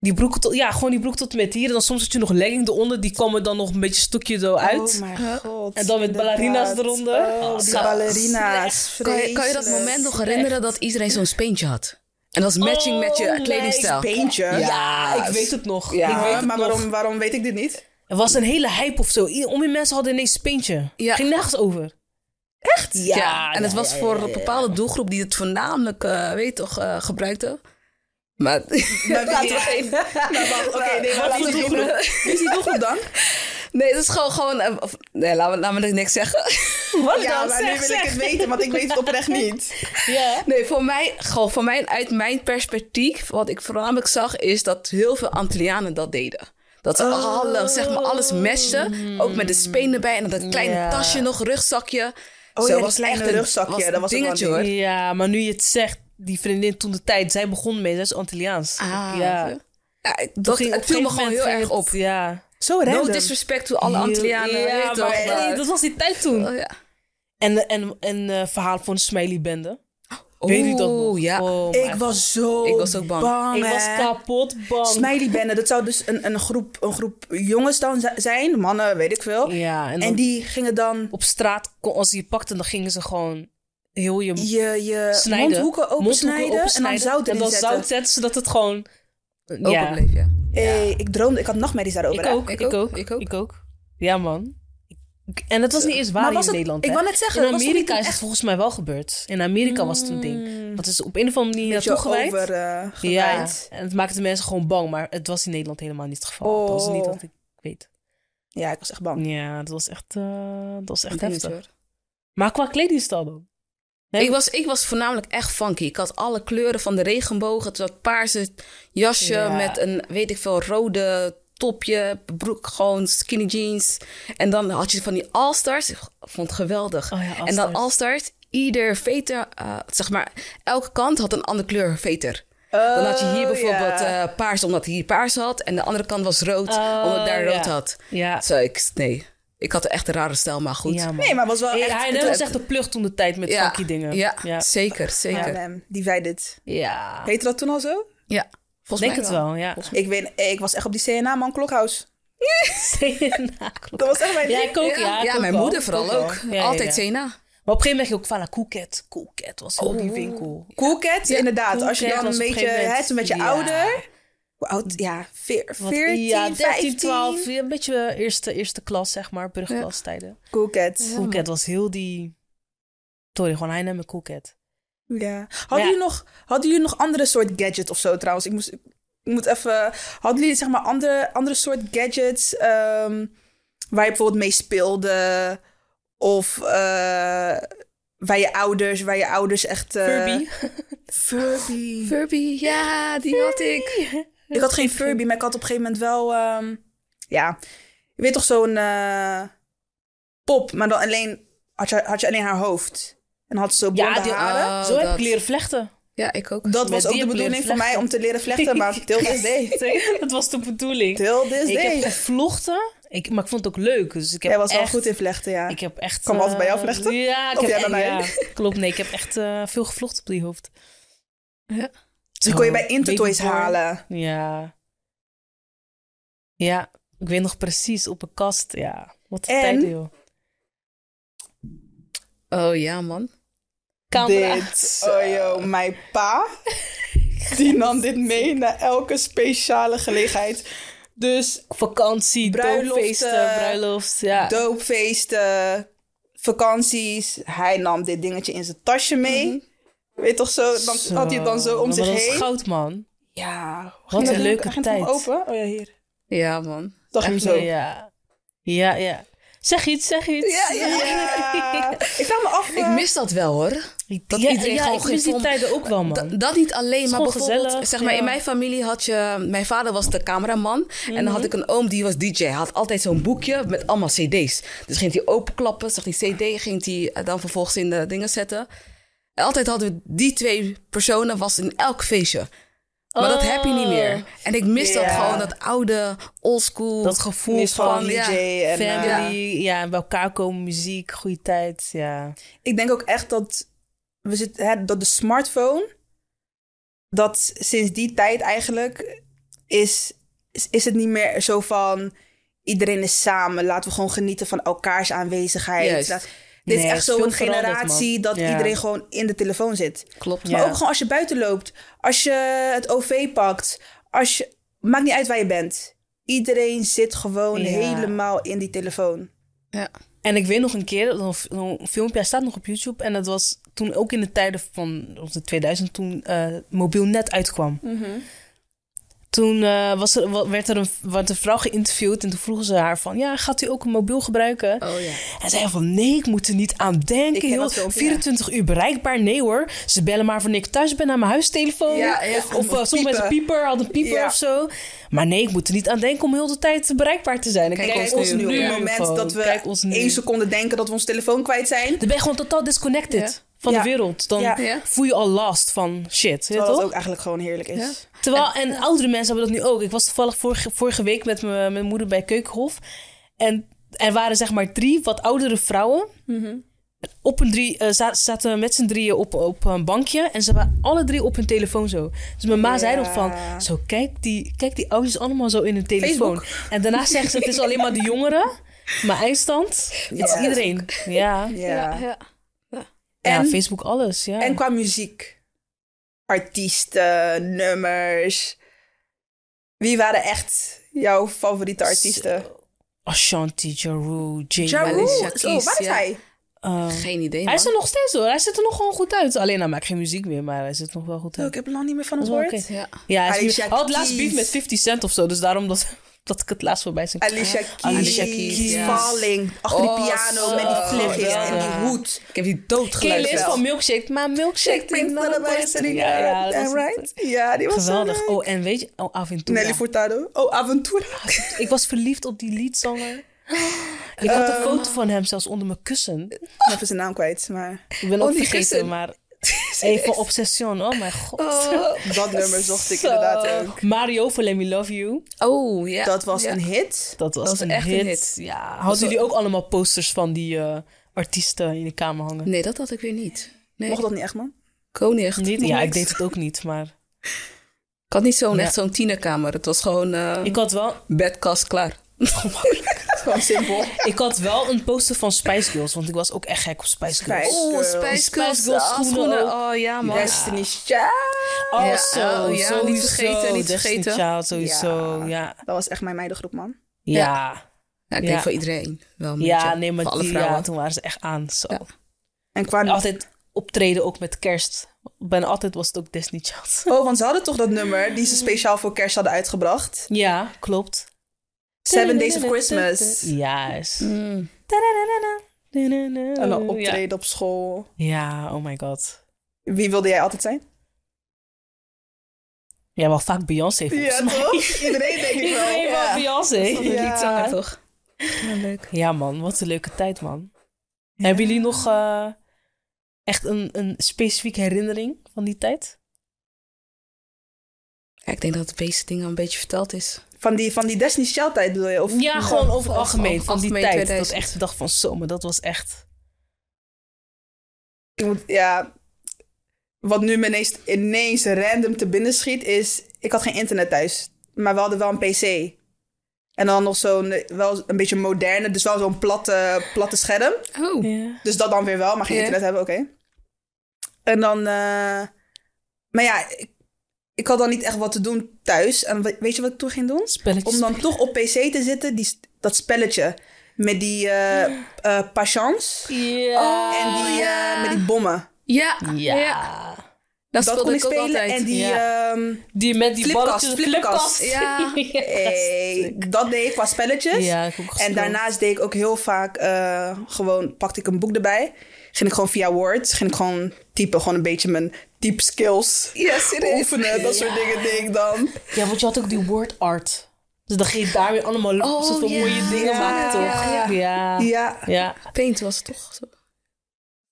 [SPEAKER 3] Die broeken tot... Ja, gewoon die broek tot en met hier. En dan soms had je nog legging eronder. Die kwam er dan nog een beetje stukje zo uit.
[SPEAKER 1] Oh mijn god.
[SPEAKER 3] En dan met
[SPEAKER 1] inderdaad.
[SPEAKER 3] ballerina's eronder.
[SPEAKER 1] Oh, die
[SPEAKER 3] Zo.
[SPEAKER 1] ballerina's.
[SPEAKER 2] Kan, je, kan je dat
[SPEAKER 1] Vreselijk.
[SPEAKER 2] moment nog herinneren dat iedereen zo'n speentje had? En dat was matching met
[SPEAKER 3] Oh,
[SPEAKER 2] je
[SPEAKER 3] nee,
[SPEAKER 2] kledingstijl.
[SPEAKER 1] Peentje?
[SPEAKER 3] ja, ik weet het nog.
[SPEAKER 2] Ja.
[SPEAKER 3] ik weet het
[SPEAKER 1] maar
[SPEAKER 3] nog.
[SPEAKER 1] waarom, waarom weet ik dit niet?
[SPEAKER 3] Er was een hele hype of zo. I- Om je mensen hadden ineens speentje.
[SPEAKER 2] Ja.
[SPEAKER 3] Ging nergens over. Echt?
[SPEAKER 2] Ja, en het was voor een bepaalde doelgroep die het voornamelijk, eh, weet je toch, eh, gebruikte. Maar laten we geen...
[SPEAKER 1] Wacht, Nou, Oké, nee,
[SPEAKER 2] Laten
[SPEAKER 1] wat
[SPEAKER 2] we
[SPEAKER 1] is die
[SPEAKER 2] geen-
[SPEAKER 1] doelgroep? Wie is die doelgroep dan?
[SPEAKER 2] Nee, het is gewoon... gewoon eh, of- nee, laat me, laat me niks zeggen.
[SPEAKER 3] Wat
[SPEAKER 1] Ja,
[SPEAKER 3] dan?
[SPEAKER 1] maar
[SPEAKER 3] Zeg,
[SPEAKER 1] nu wil
[SPEAKER 3] zeg.
[SPEAKER 1] ik het weten, want ik weet het oprecht niet.
[SPEAKER 3] Ja.
[SPEAKER 2] Nee, voor mij, gewoon voor mij, uit mijn perspectief, wat ik voornamelijk zag, is dat heel veel Antillianen dat deden. Dat ze
[SPEAKER 3] Oh.
[SPEAKER 2] alle, zeg maar, alles meshen, ook met de spenen erbij en dat kleine
[SPEAKER 3] Ja.
[SPEAKER 2] tasje nog, rugzakje.
[SPEAKER 1] Oh
[SPEAKER 2] Zo,
[SPEAKER 1] ja, dat
[SPEAKER 2] was
[SPEAKER 1] kleine
[SPEAKER 2] echt een-
[SPEAKER 1] rugzakje,
[SPEAKER 2] was een
[SPEAKER 1] dat was ook wel een
[SPEAKER 2] dingetje hoor.
[SPEAKER 3] Ja, maar nu je het zegt, die vriendin toen de tijd, zij begon mee, zij is Antilliaans.
[SPEAKER 2] Ah,
[SPEAKER 3] ja.
[SPEAKER 2] ja.
[SPEAKER 3] Toen
[SPEAKER 2] ik- dat,
[SPEAKER 3] ging- op
[SPEAKER 2] het viel me
[SPEAKER 3] een
[SPEAKER 2] gewoon
[SPEAKER 3] gegeven
[SPEAKER 2] heel
[SPEAKER 3] moment
[SPEAKER 2] erg
[SPEAKER 3] ging
[SPEAKER 2] op.
[SPEAKER 3] het- Ja.
[SPEAKER 1] Zo
[SPEAKER 2] No
[SPEAKER 1] random.
[SPEAKER 2] disrespect to alle Antillianen.
[SPEAKER 3] Heel-
[SPEAKER 2] weet
[SPEAKER 3] Ja,
[SPEAKER 2] je toch,
[SPEAKER 3] maar,
[SPEAKER 2] maar-
[SPEAKER 3] hey, dat was die tijd toen.
[SPEAKER 2] Oh, ja.
[SPEAKER 3] En, en, en eh, verhaal van de Smiley-bende. Weet u dat nog?
[SPEAKER 2] Oeh, ja.
[SPEAKER 3] Oh my
[SPEAKER 1] ik was zo
[SPEAKER 2] Ik was ook bang.
[SPEAKER 3] Ik was
[SPEAKER 1] hè.
[SPEAKER 3] kapot bang.
[SPEAKER 1] Smiley Bende, dat zou dus een, een, groep, een groep jongens dan z- zijn, mannen, weet ik veel.
[SPEAKER 3] Ja, en,
[SPEAKER 1] En
[SPEAKER 3] die...
[SPEAKER 1] die gingen dan
[SPEAKER 3] op straat, kon- als die pakte, dan gingen ze gewoon heel je
[SPEAKER 1] je, je
[SPEAKER 3] snijden.
[SPEAKER 1] mondhoeken opensnijden en dan zout
[SPEAKER 3] En
[SPEAKER 1] erin
[SPEAKER 3] dan
[SPEAKER 1] zetten.
[SPEAKER 3] zout zetten, zodat het gewoon...
[SPEAKER 2] Open
[SPEAKER 3] Ja,
[SPEAKER 2] bleef, ja.
[SPEAKER 1] Hey, ik droomde, ik had nachtmerries daarover.
[SPEAKER 3] ik
[SPEAKER 1] hè.
[SPEAKER 3] ook, ik ook, ik ook, Ja, man. Ik- En het was niet eens waar
[SPEAKER 1] Maar
[SPEAKER 3] in
[SPEAKER 1] was het,
[SPEAKER 3] Nederland,
[SPEAKER 1] ik
[SPEAKER 3] hè?
[SPEAKER 1] wou net zeggen,
[SPEAKER 3] In
[SPEAKER 1] was het
[SPEAKER 3] Amerika
[SPEAKER 1] niet
[SPEAKER 3] is het
[SPEAKER 1] echt
[SPEAKER 3] volgens mij wel gebeurd. In Amerika was het een ding. Dat is op een of andere manier
[SPEAKER 1] een beetje
[SPEAKER 3] naartoe gewijd.
[SPEAKER 1] over eh,
[SPEAKER 3] Ja,
[SPEAKER 1] gewijd.
[SPEAKER 3] en het maakte mensen gewoon bang. Maar het was in Nederland helemaal niet het geval. Dat was niet
[SPEAKER 1] Oh.
[SPEAKER 3] wat ik weet.
[SPEAKER 1] Ja. ik was echt bang.
[SPEAKER 3] Ja, het was echt, eh, dat was echt
[SPEAKER 2] Een dingetje,
[SPEAKER 3] heftig.
[SPEAKER 2] hoor.
[SPEAKER 3] Maar qua kledingstijl dan? Hè?
[SPEAKER 2] Ik was, ik was voornamelijk echt funky. Ik had alle kleuren van de regenboog. Het was paarse jasje
[SPEAKER 3] Ja.
[SPEAKER 2] met een, weet ik veel, rode topje, broek, gewoon skinny jeans. En dan had je van die all-stars. Ik vond het geweldig.
[SPEAKER 3] Oh ja,
[SPEAKER 2] en dan
[SPEAKER 3] all-stars.
[SPEAKER 2] all-stars, ieder veter, eh, zeg maar, elke kant had een andere kleur veter. dan had je hier
[SPEAKER 1] Oh,
[SPEAKER 2] bijvoorbeeld
[SPEAKER 1] ja.
[SPEAKER 2] eh, paars, omdat hij hier paars had. En de andere kant was rood,
[SPEAKER 3] Oh,
[SPEAKER 2] omdat daar rood
[SPEAKER 3] ja.
[SPEAKER 2] had.
[SPEAKER 3] Ja,
[SPEAKER 2] Zo, ik, nee, ik had echt een rare stijl, maar goed.
[SPEAKER 3] ja man.
[SPEAKER 1] Nee, maar het was wel
[SPEAKER 3] Hey,
[SPEAKER 1] echt...
[SPEAKER 3] H&M
[SPEAKER 1] het-
[SPEAKER 3] was echt de plucht toen de tijd met
[SPEAKER 2] Ja,
[SPEAKER 3] funky dingen.
[SPEAKER 2] ja,
[SPEAKER 3] ja.
[SPEAKER 2] zeker, zeker. Ja,
[SPEAKER 1] H&M, divided.
[SPEAKER 3] Ja.
[SPEAKER 1] Heette dat toen al zo?
[SPEAKER 2] volgens
[SPEAKER 3] Denk
[SPEAKER 2] mij
[SPEAKER 3] het wel, ja.
[SPEAKER 1] Ik, weet, ik was echt op die CNA, man, Klokhuis.
[SPEAKER 3] Sena, klopt.
[SPEAKER 1] Dat was echt mijn
[SPEAKER 3] Ja,
[SPEAKER 1] ding.
[SPEAKER 3] ik ook.
[SPEAKER 2] Ja,
[SPEAKER 3] Ja, ik ook
[SPEAKER 2] mijn
[SPEAKER 3] wel.
[SPEAKER 2] moeder vooral
[SPEAKER 1] ook
[SPEAKER 2] ook.
[SPEAKER 3] wel. Ja, ja,
[SPEAKER 2] Altijd
[SPEAKER 3] ja.
[SPEAKER 2] Sena.
[SPEAKER 3] Maar op een gegeven moment ging ik ook van naar Coolcat. Coolcat was ook die winkel.
[SPEAKER 1] Cool Cat, inderdaad.
[SPEAKER 3] Cool
[SPEAKER 1] als je
[SPEAKER 3] Cat
[SPEAKER 1] dan
[SPEAKER 3] was
[SPEAKER 1] een
[SPEAKER 3] op
[SPEAKER 1] beetje,
[SPEAKER 3] gegeven moment-
[SPEAKER 1] hè, toen werd je
[SPEAKER 3] Ja.
[SPEAKER 1] ouder. Hoe oud? Ja, veer-
[SPEAKER 3] Wat-
[SPEAKER 1] 14,
[SPEAKER 3] ja,
[SPEAKER 1] 15.
[SPEAKER 3] 12. ja, Een beetje eh, eerste, eerste klas, zeg maar. Brugklastijden.
[SPEAKER 1] Cool Cat.
[SPEAKER 3] Coolcat was heel die... Sorry, gewoon hij nam een Coolcat.
[SPEAKER 1] Ja. Hadden,
[SPEAKER 3] Maar ja.
[SPEAKER 1] Jullie nog, hadden jullie nog andere soort gadget of zo trouwens? Ik, moest, ik moet even... Hadden jullie zeg maar andere, andere soort gadgets ehm, waar je bijvoorbeeld mee speelde? Of eh, waar je ouders, waar je ouders echt... eh,
[SPEAKER 3] Furby.
[SPEAKER 1] Furby.
[SPEAKER 2] Furby, ja, die had ik.
[SPEAKER 1] Ik had geen Furby, maar ik had op een gegeven moment wel... ehm, ja, je weet toch zo'n eh, pop, maar dan alleen, had, je, had je alleen haar hoofd. En had ze zo blonde
[SPEAKER 3] Ja, die-
[SPEAKER 1] haren.
[SPEAKER 2] Oh,
[SPEAKER 3] Zo heb
[SPEAKER 2] dat.
[SPEAKER 3] ik leren vlechten.
[SPEAKER 2] Ja, ik ook.
[SPEAKER 1] Dat
[SPEAKER 3] Met
[SPEAKER 1] was ook
[SPEAKER 3] die
[SPEAKER 1] de
[SPEAKER 3] heb ik leren
[SPEAKER 1] bedoeling voor mij
[SPEAKER 3] vlechten.
[SPEAKER 1] om te leren vlechten, maar till this day.
[SPEAKER 3] Dat was de bedoeling.
[SPEAKER 1] Till this
[SPEAKER 3] Ik
[SPEAKER 1] day.
[SPEAKER 3] heb gevlochten, ik, maar ik vond het ook leuk. Dus ik heb
[SPEAKER 1] Jij was
[SPEAKER 3] echt,
[SPEAKER 1] wel goed in vlechten, ja.
[SPEAKER 3] Ik heb echt...
[SPEAKER 1] Kan me altijd bij jou
[SPEAKER 3] eh,
[SPEAKER 1] vlechten?
[SPEAKER 3] Ja, ik
[SPEAKER 1] Of
[SPEAKER 3] heb,
[SPEAKER 1] jij bij mij?
[SPEAKER 3] ja, klopt. Nee, ik heb echt eh, veel gevlochten op die hoofd.
[SPEAKER 2] Ja.
[SPEAKER 1] Die Dus kon je
[SPEAKER 3] Oh,
[SPEAKER 1] bij Intertoys
[SPEAKER 3] Babyborn.
[SPEAKER 1] halen.
[SPEAKER 3] Ja. Ja, ik weet nog precies op een kast. Ja, wat een
[SPEAKER 1] En?
[SPEAKER 3] tijd, joh.
[SPEAKER 2] Oh ja, man.
[SPEAKER 3] Camera.
[SPEAKER 1] Dit. Oh joh, mijn pa. Die nam dit mee naar elke speciale gelegenheid. Dus
[SPEAKER 3] Vakantie,
[SPEAKER 1] Bruiloften.
[SPEAKER 3] doopfeesten, bruiloft. Ja.
[SPEAKER 1] doopfeesten, vakanties. Hij nam dit dingetje in zijn tasje mee. Weet toch zo, dan
[SPEAKER 3] Zo.
[SPEAKER 1] had hij het dan zo om
[SPEAKER 3] Maar
[SPEAKER 1] zich
[SPEAKER 3] dat was
[SPEAKER 1] heen.
[SPEAKER 3] goud, man.
[SPEAKER 1] Ja, hoe ging
[SPEAKER 3] een
[SPEAKER 1] dat ding?
[SPEAKER 3] leuke
[SPEAKER 1] Hij ging
[SPEAKER 3] tijd.
[SPEAKER 1] toch open? Oh ja, hier.
[SPEAKER 2] Ja, man.
[SPEAKER 1] Zag je hem zo.
[SPEAKER 3] Ja. Ja, ja. Zeg iets, zeg iets.
[SPEAKER 2] Ja, ja.
[SPEAKER 1] Ja. Ik vraag me af.
[SPEAKER 2] Ik
[SPEAKER 1] eh,
[SPEAKER 2] mis dat wel, hoor.
[SPEAKER 3] Dat
[SPEAKER 2] Ja,
[SPEAKER 3] iedereen
[SPEAKER 2] ja,
[SPEAKER 3] gewoon
[SPEAKER 2] ik
[SPEAKER 3] geen
[SPEAKER 2] mis die
[SPEAKER 3] vorm-
[SPEAKER 2] tijden
[SPEAKER 3] ook wel, man.
[SPEAKER 2] Da- dat niet alleen, maar
[SPEAKER 3] gewoon
[SPEAKER 2] bijvoorbeeld,
[SPEAKER 3] gezellig,
[SPEAKER 2] zeg maar,
[SPEAKER 3] ja.
[SPEAKER 2] in mijn familie had je... Mijn vader was de cameraman en
[SPEAKER 3] Mhm.
[SPEAKER 2] dan had ik een oom die was DJ. Hij had altijd zo'n boekje met allemaal cd's. Dus ging hij openklappen, zag die cd, ging hij eh, dan vervolgens in de dingen zetten. En altijd hadden we die twee personen was in elk feestje. Maar dat heb je niet
[SPEAKER 3] Oh.
[SPEAKER 2] meer. En ik mis dat
[SPEAKER 1] Ja.
[SPEAKER 2] gewoon, dat oude, oldschool.
[SPEAKER 3] dat gevoel
[SPEAKER 1] mis van
[SPEAKER 2] van,
[SPEAKER 1] DJ
[SPEAKER 2] ja,
[SPEAKER 1] en eh,
[SPEAKER 3] family, ja. en bij elkaar komen, muziek, goede tijd, ja.
[SPEAKER 1] ik denk ook echt dat we zitten hè, dat de smartphone dat sinds die tijd eigenlijk is is- is het niet meer zo van iedereen is samen laten we gewoon genieten van elkaars aanwezigheid
[SPEAKER 2] Juist.
[SPEAKER 1] Laat- dit
[SPEAKER 3] Nee,
[SPEAKER 1] is
[SPEAKER 3] het
[SPEAKER 1] echt
[SPEAKER 3] is
[SPEAKER 1] zo'n
[SPEAKER 3] veel veranderd,
[SPEAKER 1] generatie
[SPEAKER 3] man.
[SPEAKER 1] dat
[SPEAKER 3] Ja.
[SPEAKER 1] iedereen gewoon in de telefoon zit
[SPEAKER 2] Klopt.
[SPEAKER 3] Ja.
[SPEAKER 1] maar ook gewoon als je buiten loopt als je het OV pakt als je maakt niet uit waar je bent iedereen zit gewoon
[SPEAKER 3] Ja.
[SPEAKER 1] helemaal in die telefoon
[SPEAKER 2] Ja.
[SPEAKER 3] En ik weet nog een keer, dat een f- een filmpje, hij staat nog op YouTube. En dat was toen ook in de tijden van rond de 2000, toen eh, mobiel net uitkwam.
[SPEAKER 1] Mhm.
[SPEAKER 3] Toen eh, was er, wa- werd er een, werd een vrouw geïnterviewd en toen vroegen ze haar van... Ja, gaat u ook een mobiel gebruiken?
[SPEAKER 2] Oh ja.
[SPEAKER 3] En zei van nee, ik moet er niet aan
[SPEAKER 2] Ik
[SPEAKER 3] denken.
[SPEAKER 2] ken
[SPEAKER 3] Heel
[SPEAKER 2] dat filmpje,
[SPEAKER 3] 24 uur bereikbaar. Nee hoor. Ze bellen maar wanneer ik thuis ben aan mijn huistelefoon.
[SPEAKER 1] Ja, ja.
[SPEAKER 3] Of, of eh, soms met
[SPEAKER 1] Piepen.
[SPEAKER 3] een pieper, had een pieper
[SPEAKER 1] Ja.
[SPEAKER 3] of zo. Maar nee, ik moet er niet aan denken om heel de tijd bereikbaar te zijn. En
[SPEAKER 2] Kijk
[SPEAKER 1] Kijk, ons nu, op het moment
[SPEAKER 3] gewoon.
[SPEAKER 1] dat we
[SPEAKER 3] Kijk ons nu.
[SPEAKER 1] één seconde denken dat we ons telefoon kwijt zijn.
[SPEAKER 3] Dan ben je gewoon totaal disconnected
[SPEAKER 2] Ja.
[SPEAKER 3] van
[SPEAKER 1] Ja.
[SPEAKER 3] de wereld. Dan
[SPEAKER 1] Ja.
[SPEAKER 2] Ja.
[SPEAKER 3] voel je al last van shit. weet je
[SPEAKER 1] Terwijl dat
[SPEAKER 3] toch?
[SPEAKER 1] ook eigenlijk gewoon heerlijk is.
[SPEAKER 3] Terwijl, en oudere mensen hebben dat nu ook. Ik was toevallig vorige, vorige week met mijn mijn moeder bij Keukenhof. En er waren zeg maar drie wat oudere vrouwen.
[SPEAKER 1] Mhm.
[SPEAKER 3] Op een drie, eh, za- zaten met z'n drieën op, op een bankje. En ze waren alle drie op hun telefoon zo. Dus mijn ma zei
[SPEAKER 1] Ja.
[SPEAKER 3] nog van... Zo, kijk die, kijk die ouders allemaal zo in hun telefoon. En daarna zeggen ze, het is alleen maar de jongeren. Maar eindstand, het is
[SPEAKER 1] Ja.
[SPEAKER 3] iedereen. Ja.
[SPEAKER 1] Ja.
[SPEAKER 2] Ja, ja.
[SPEAKER 3] En,
[SPEAKER 1] En-
[SPEAKER 3] Facebook alles, ja.
[SPEAKER 1] En qua muziek. Artiesten, nummers. Wie waren echt jouw favoriete artiesten?
[SPEAKER 3] Ashanti, Ja Rule, J.
[SPEAKER 1] Ja Rule.
[SPEAKER 2] Alicia
[SPEAKER 1] Oh,
[SPEAKER 2] Keys,
[SPEAKER 1] waar is
[SPEAKER 2] ja.
[SPEAKER 1] hij?
[SPEAKER 3] Ehm,
[SPEAKER 2] Geen idee.
[SPEAKER 3] Hij
[SPEAKER 2] Man.
[SPEAKER 3] is er nog steeds hoor. Hij ziet er nog gewoon goed uit. Alleen hij maakt geen muziek meer, maar hij zit nog wel goed
[SPEAKER 1] Oh,
[SPEAKER 3] uit.
[SPEAKER 1] ik heb er lang niet meer van
[SPEAKER 3] Dat
[SPEAKER 1] het
[SPEAKER 3] is wel
[SPEAKER 1] woord.
[SPEAKER 3] oké.
[SPEAKER 2] Ja.
[SPEAKER 3] Ja, hij, is
[SPEAKER 1] Alicia
[SPEAKER 3] nu- hij had laatst
[SPEAKER 1] Keys.
[SPEAKER 3] beef met 50 cent of zo. Dus daarom dat, dat ik het laatst voorbij zijn.
[SPEAKER 1] Alicia Keys,
[SPEAKER 3] Alicia Keys, ja.
[SPEAKER 1] Falling, achter
[SPEAKER 2] Oh,
[SPEAKER 1] die piano
[SPEAKER 2] zo,
[SPEAKER 1] met die vleugjes
[SPEAKER 2] ja.
[SPEAKER 1] en die hoed.
[SPEAKER 2] Ik heb die dood
[SPEAKER 3] Kele
[SPEAKER 1] Geluid
[SPEAKER 3] is
[SPEAKER 1] wel.
[SPEAKER 3] van Milkshake, maar Milkshake...
[SPEAKER 1] Ik vind
[SPEAKER 3] die-
[SPEAKER 1] dat erbij zit
[SPEAKER 3] Ja, ja, dat was-
[SPEAKER 1] right? Ja, die was zo
[SPEAKER 3] Geweldig.
[SPEAKER 1] leuk.
[SPEAKER 3] Oh, en weet je... Oh, Aventura.
[SPEAKER 1] Nelly Furtado. Oh, Aventura.
[SPEAKER 3] Ik was verliefd op die liedzanger. Ik had
[SPEAKER 1] Ehm.
[SPEAKER 3] een foto van hem zelfs onder mijn kussen.
[SPEAKER 1] Even zijn naam kwijt, maar
[SPEAKER 3] Ik ben
[SPEAKER 2] Onder
[SPEAKER 3] ook
[SPEAKER 2] je
[SPEAKER 3] vergeten,
[SPEAKER 2] kussen?
[SPEAKER 3] maar... Even obsession. Oh mijn god.
[SPEAKER 1] dat nummer zocht ik
[SPEAKER 3] Zo.
[SPEAKER 1] inderdaad ook.
[SPEAKER 3] Mario van Let Me Love You.
[SPEAKER 2] Oh ja.
[SPEAKER 1] Dat was
[SPEAKER 2] Ja.
[SPEAKER 1] een hit.
[SPEAKER 3] Dat was,
[SPEAKER 2] Dat was
[SPEAKER 3] een,
[SPEAKER 2] echt
[SPEAKER 3] hit.
[SPEAKER 2] een hit.
[SPEAKER 3] Ja. Hadden jullie ook allemaal posters van die eh, artiesten in de kamer hangen?
[SPEAKER 2] Nee, dat had ik weer niet. Nee.
[SPEAKER 1] Mocht dat niet echt, man?
[SPEAKER 2] Ik ook niet echt.
[SPEAKER 3] Niet?
[SPEAKER 2] Nog
[SPEAKER 3] Ja, ik
[SPEAKER 2] niks.
[SPEAKER 3] deed het ook niet, maar
[SPEAKER 2] Ik had niet zo'n
[SPEAKER 3] Ja.
[SPEAKER 2] echt zo'n tienerkamer. Het was gewoon eh,
[SPEAKER 3] ik Oh, had wel,
[SPEAKER 2] bedkast klaar.
[SPEAKER 1] Gewoon simpel.
[SPEAKER 3] ik had wel een poster van Spice Girls, want ik was ook echt gek op Spice Girls.
[SPEAKER 1] Spice.
[SPEAKER 2] Oh,
[SPEAKER 1] Girls.
[SPEAKER 3] Spice Girls
[SPEAKER 2] ah,
[SPEAKER 3] schoenen ook.
[SPEAKER 2] Oh ja man.
[SPEAKER 1] Destiny's Child.
[SPEAKER 3] Oh,
[SPEAKER 2] Ja,
[SPEAKER 3] zo,
[SPEAKER 2] oh, ja,
[SPEAKER 3] sowieso.
[SPEAKER 2] niet vergeten, niet
[SPEAKER 3] Destiny's
[SPEAKER 2] vergeten.
[SPEAKER 3] Child, sowieso, ja. Ja,
[SPEAKER 1] Dat was echt mijn meidengroep, man.
[SPEAKER 3] ja.
[SPEAKER 2] Ja, ik denk
[SPEAKER 3] Ja.
[SPEAKER 2] voor iedereen wel een beetje.
[SPEAKER 3] nee,
[SPEAKER 2] Voor
[SPEAKER 3] maar
[SPEAKER 2] alle
[SPEAKER 3] die,
[SPEAKER 2] vrouwen.
[SPEAKER 3] ja, toen waren ze echt aan. Zo.
[SPEAKER 2] Ja.
[SPEAKER 1] En qua...
[SPEAKER 3] En Altijd optreden, ook met kerst. Bijna altijd was het ook Disney Child.
[SPEAKER 1] Oh, want ze hadden toch dat nummer die ze speciaal voor kerst hadden uitgebracht?
[SPEAKER 3] Ja, klopt.
[SPEAKER 1] Seven Days of Christmas.
[SPEAKER 3] Juist.
[SPEAKER 2] Mm.
[SPEAKER 1] En dan optreden op school.
[SPEAKER 3] Ja, oh my god.
[SPEAKER 1] Wie wilde jij altijd zijn?
[SPEAKER 3] Ja, wel vaak Beyoncé volgens mij.
[SPEAKER 1] toch? Iedereen denk ik wel.
[SPEAKER 3] Iedereen
[SPEAKER 1] Ja.
[SPEAKER 3] was Beyoncé.
[SPEAKER 1] Ja.
[SPEAKER 2] Liedzanger toch? Ja, leuk.
[SPEAKER 3] Ja man, wat een leuke tijd man. Hebben jullie nog eh, echt een, een specifieke herinnering van die tijd?
[SPEAKER 2] Ja, ik denk dat het meeste ding al een beetje verteld is.
[SPEAKER 1] Van die, van die Destiny's Child tijd bedoel je? Of,
[SPEAKER 3] Ja, gewoon over het algemeen van die
[SPEAKER 2] algemeen
[SPEAKER 3] tijd.
[SPEAKER 2] 2000.
[SPEAKER 3] Dat ik echt de dag van zomer, dat was echt...
[SPEAKER 1] Ik moet- ja. Wat nu me ineens, ineens random te binnen schiet is... Ik had geen internet thuis. Maar we hadden wel een pc. En dan nog zo'n... eh, Wel een beetje moderne. Dus wel zo'n platte, platte scherm.
[SPEAKER 2] Oh.
[SPEAKER 3] Ja.
[SPEAKER 1] Dus dat dan weer wel, maar geen
[SPEAKER 2] Ja.
[SPEAKER 1] internet hebben, oké. En dan... eh, maar ja, ik, ik had dan niet echt wat te doen thuis. En we- weet je wat ik toen ging doen?
[SPEAKER 3] Spelletjes.
[SPEAKER 1] Om dan toch op pc te zitten, die, dat spelletje. Met die eh eh, patience.
[SPEAKER 3] Ja.
[SPEAKER 1] en die, eh,
[SPEAKER 2] ja.
[SPEAKER 1] met die bommen.
[SPEAKER 2] Ja.
[SPEAKER 3] ja.
[SPEAKER 2] Dat,
[SPEAKER 1] Dat
[SPEAKER 2] speelde
[SPEAKER 1] kon ik
[SPEAKER 2] ik ook
[SPEAKER 1] spelen.
[SPEAKER 2] altijd.
[SPEAKER 1] En die... ehm,
[SPEAKER 3] Die met die
[SPEAKER 1] Flipkast,
[SPEAKER 3] balletjes.
[SPEAKER 1] flipkast.
[SPEAKER 2] Ja.
[SPEAKER 1] eh, dat deed ik qua spelletjes.
[SPEAKER 3] Ja, ik heb ook
[SPEAKER 1] en
[SPEAKER 3] gespeeld.
[SPEAKER 1] daarnaast deed ik ook heel vaak... eh, gewoon pakte ik een boek erbij. Ging ik gewoon via Word. Ging ik gewoon typen. Gewoon een beetje mijn type skills
[SPEAKER 2] Ja,
[SPEAKER 1] oefenen. Dat soort dingen deed ik dan.
[SPEAKER 3] Ja, want je had ook die word art. Dus dan ging je daar weer allemaal
[SPEAKER 2] Oh,
[SPEAKER 3] soort van
[SPEAKER 2] ja.
[SPEAKER 3] mooie dingen
[SPEAKER 1] Ja,
[SPEAKER 3] maken, toch?
[SPEAKER 2] ja, ja.
[SPEAKER 1] Ja.
[SPEAKER 3] Ja.
[SPEAKER 2] Paint was het toch? Zo.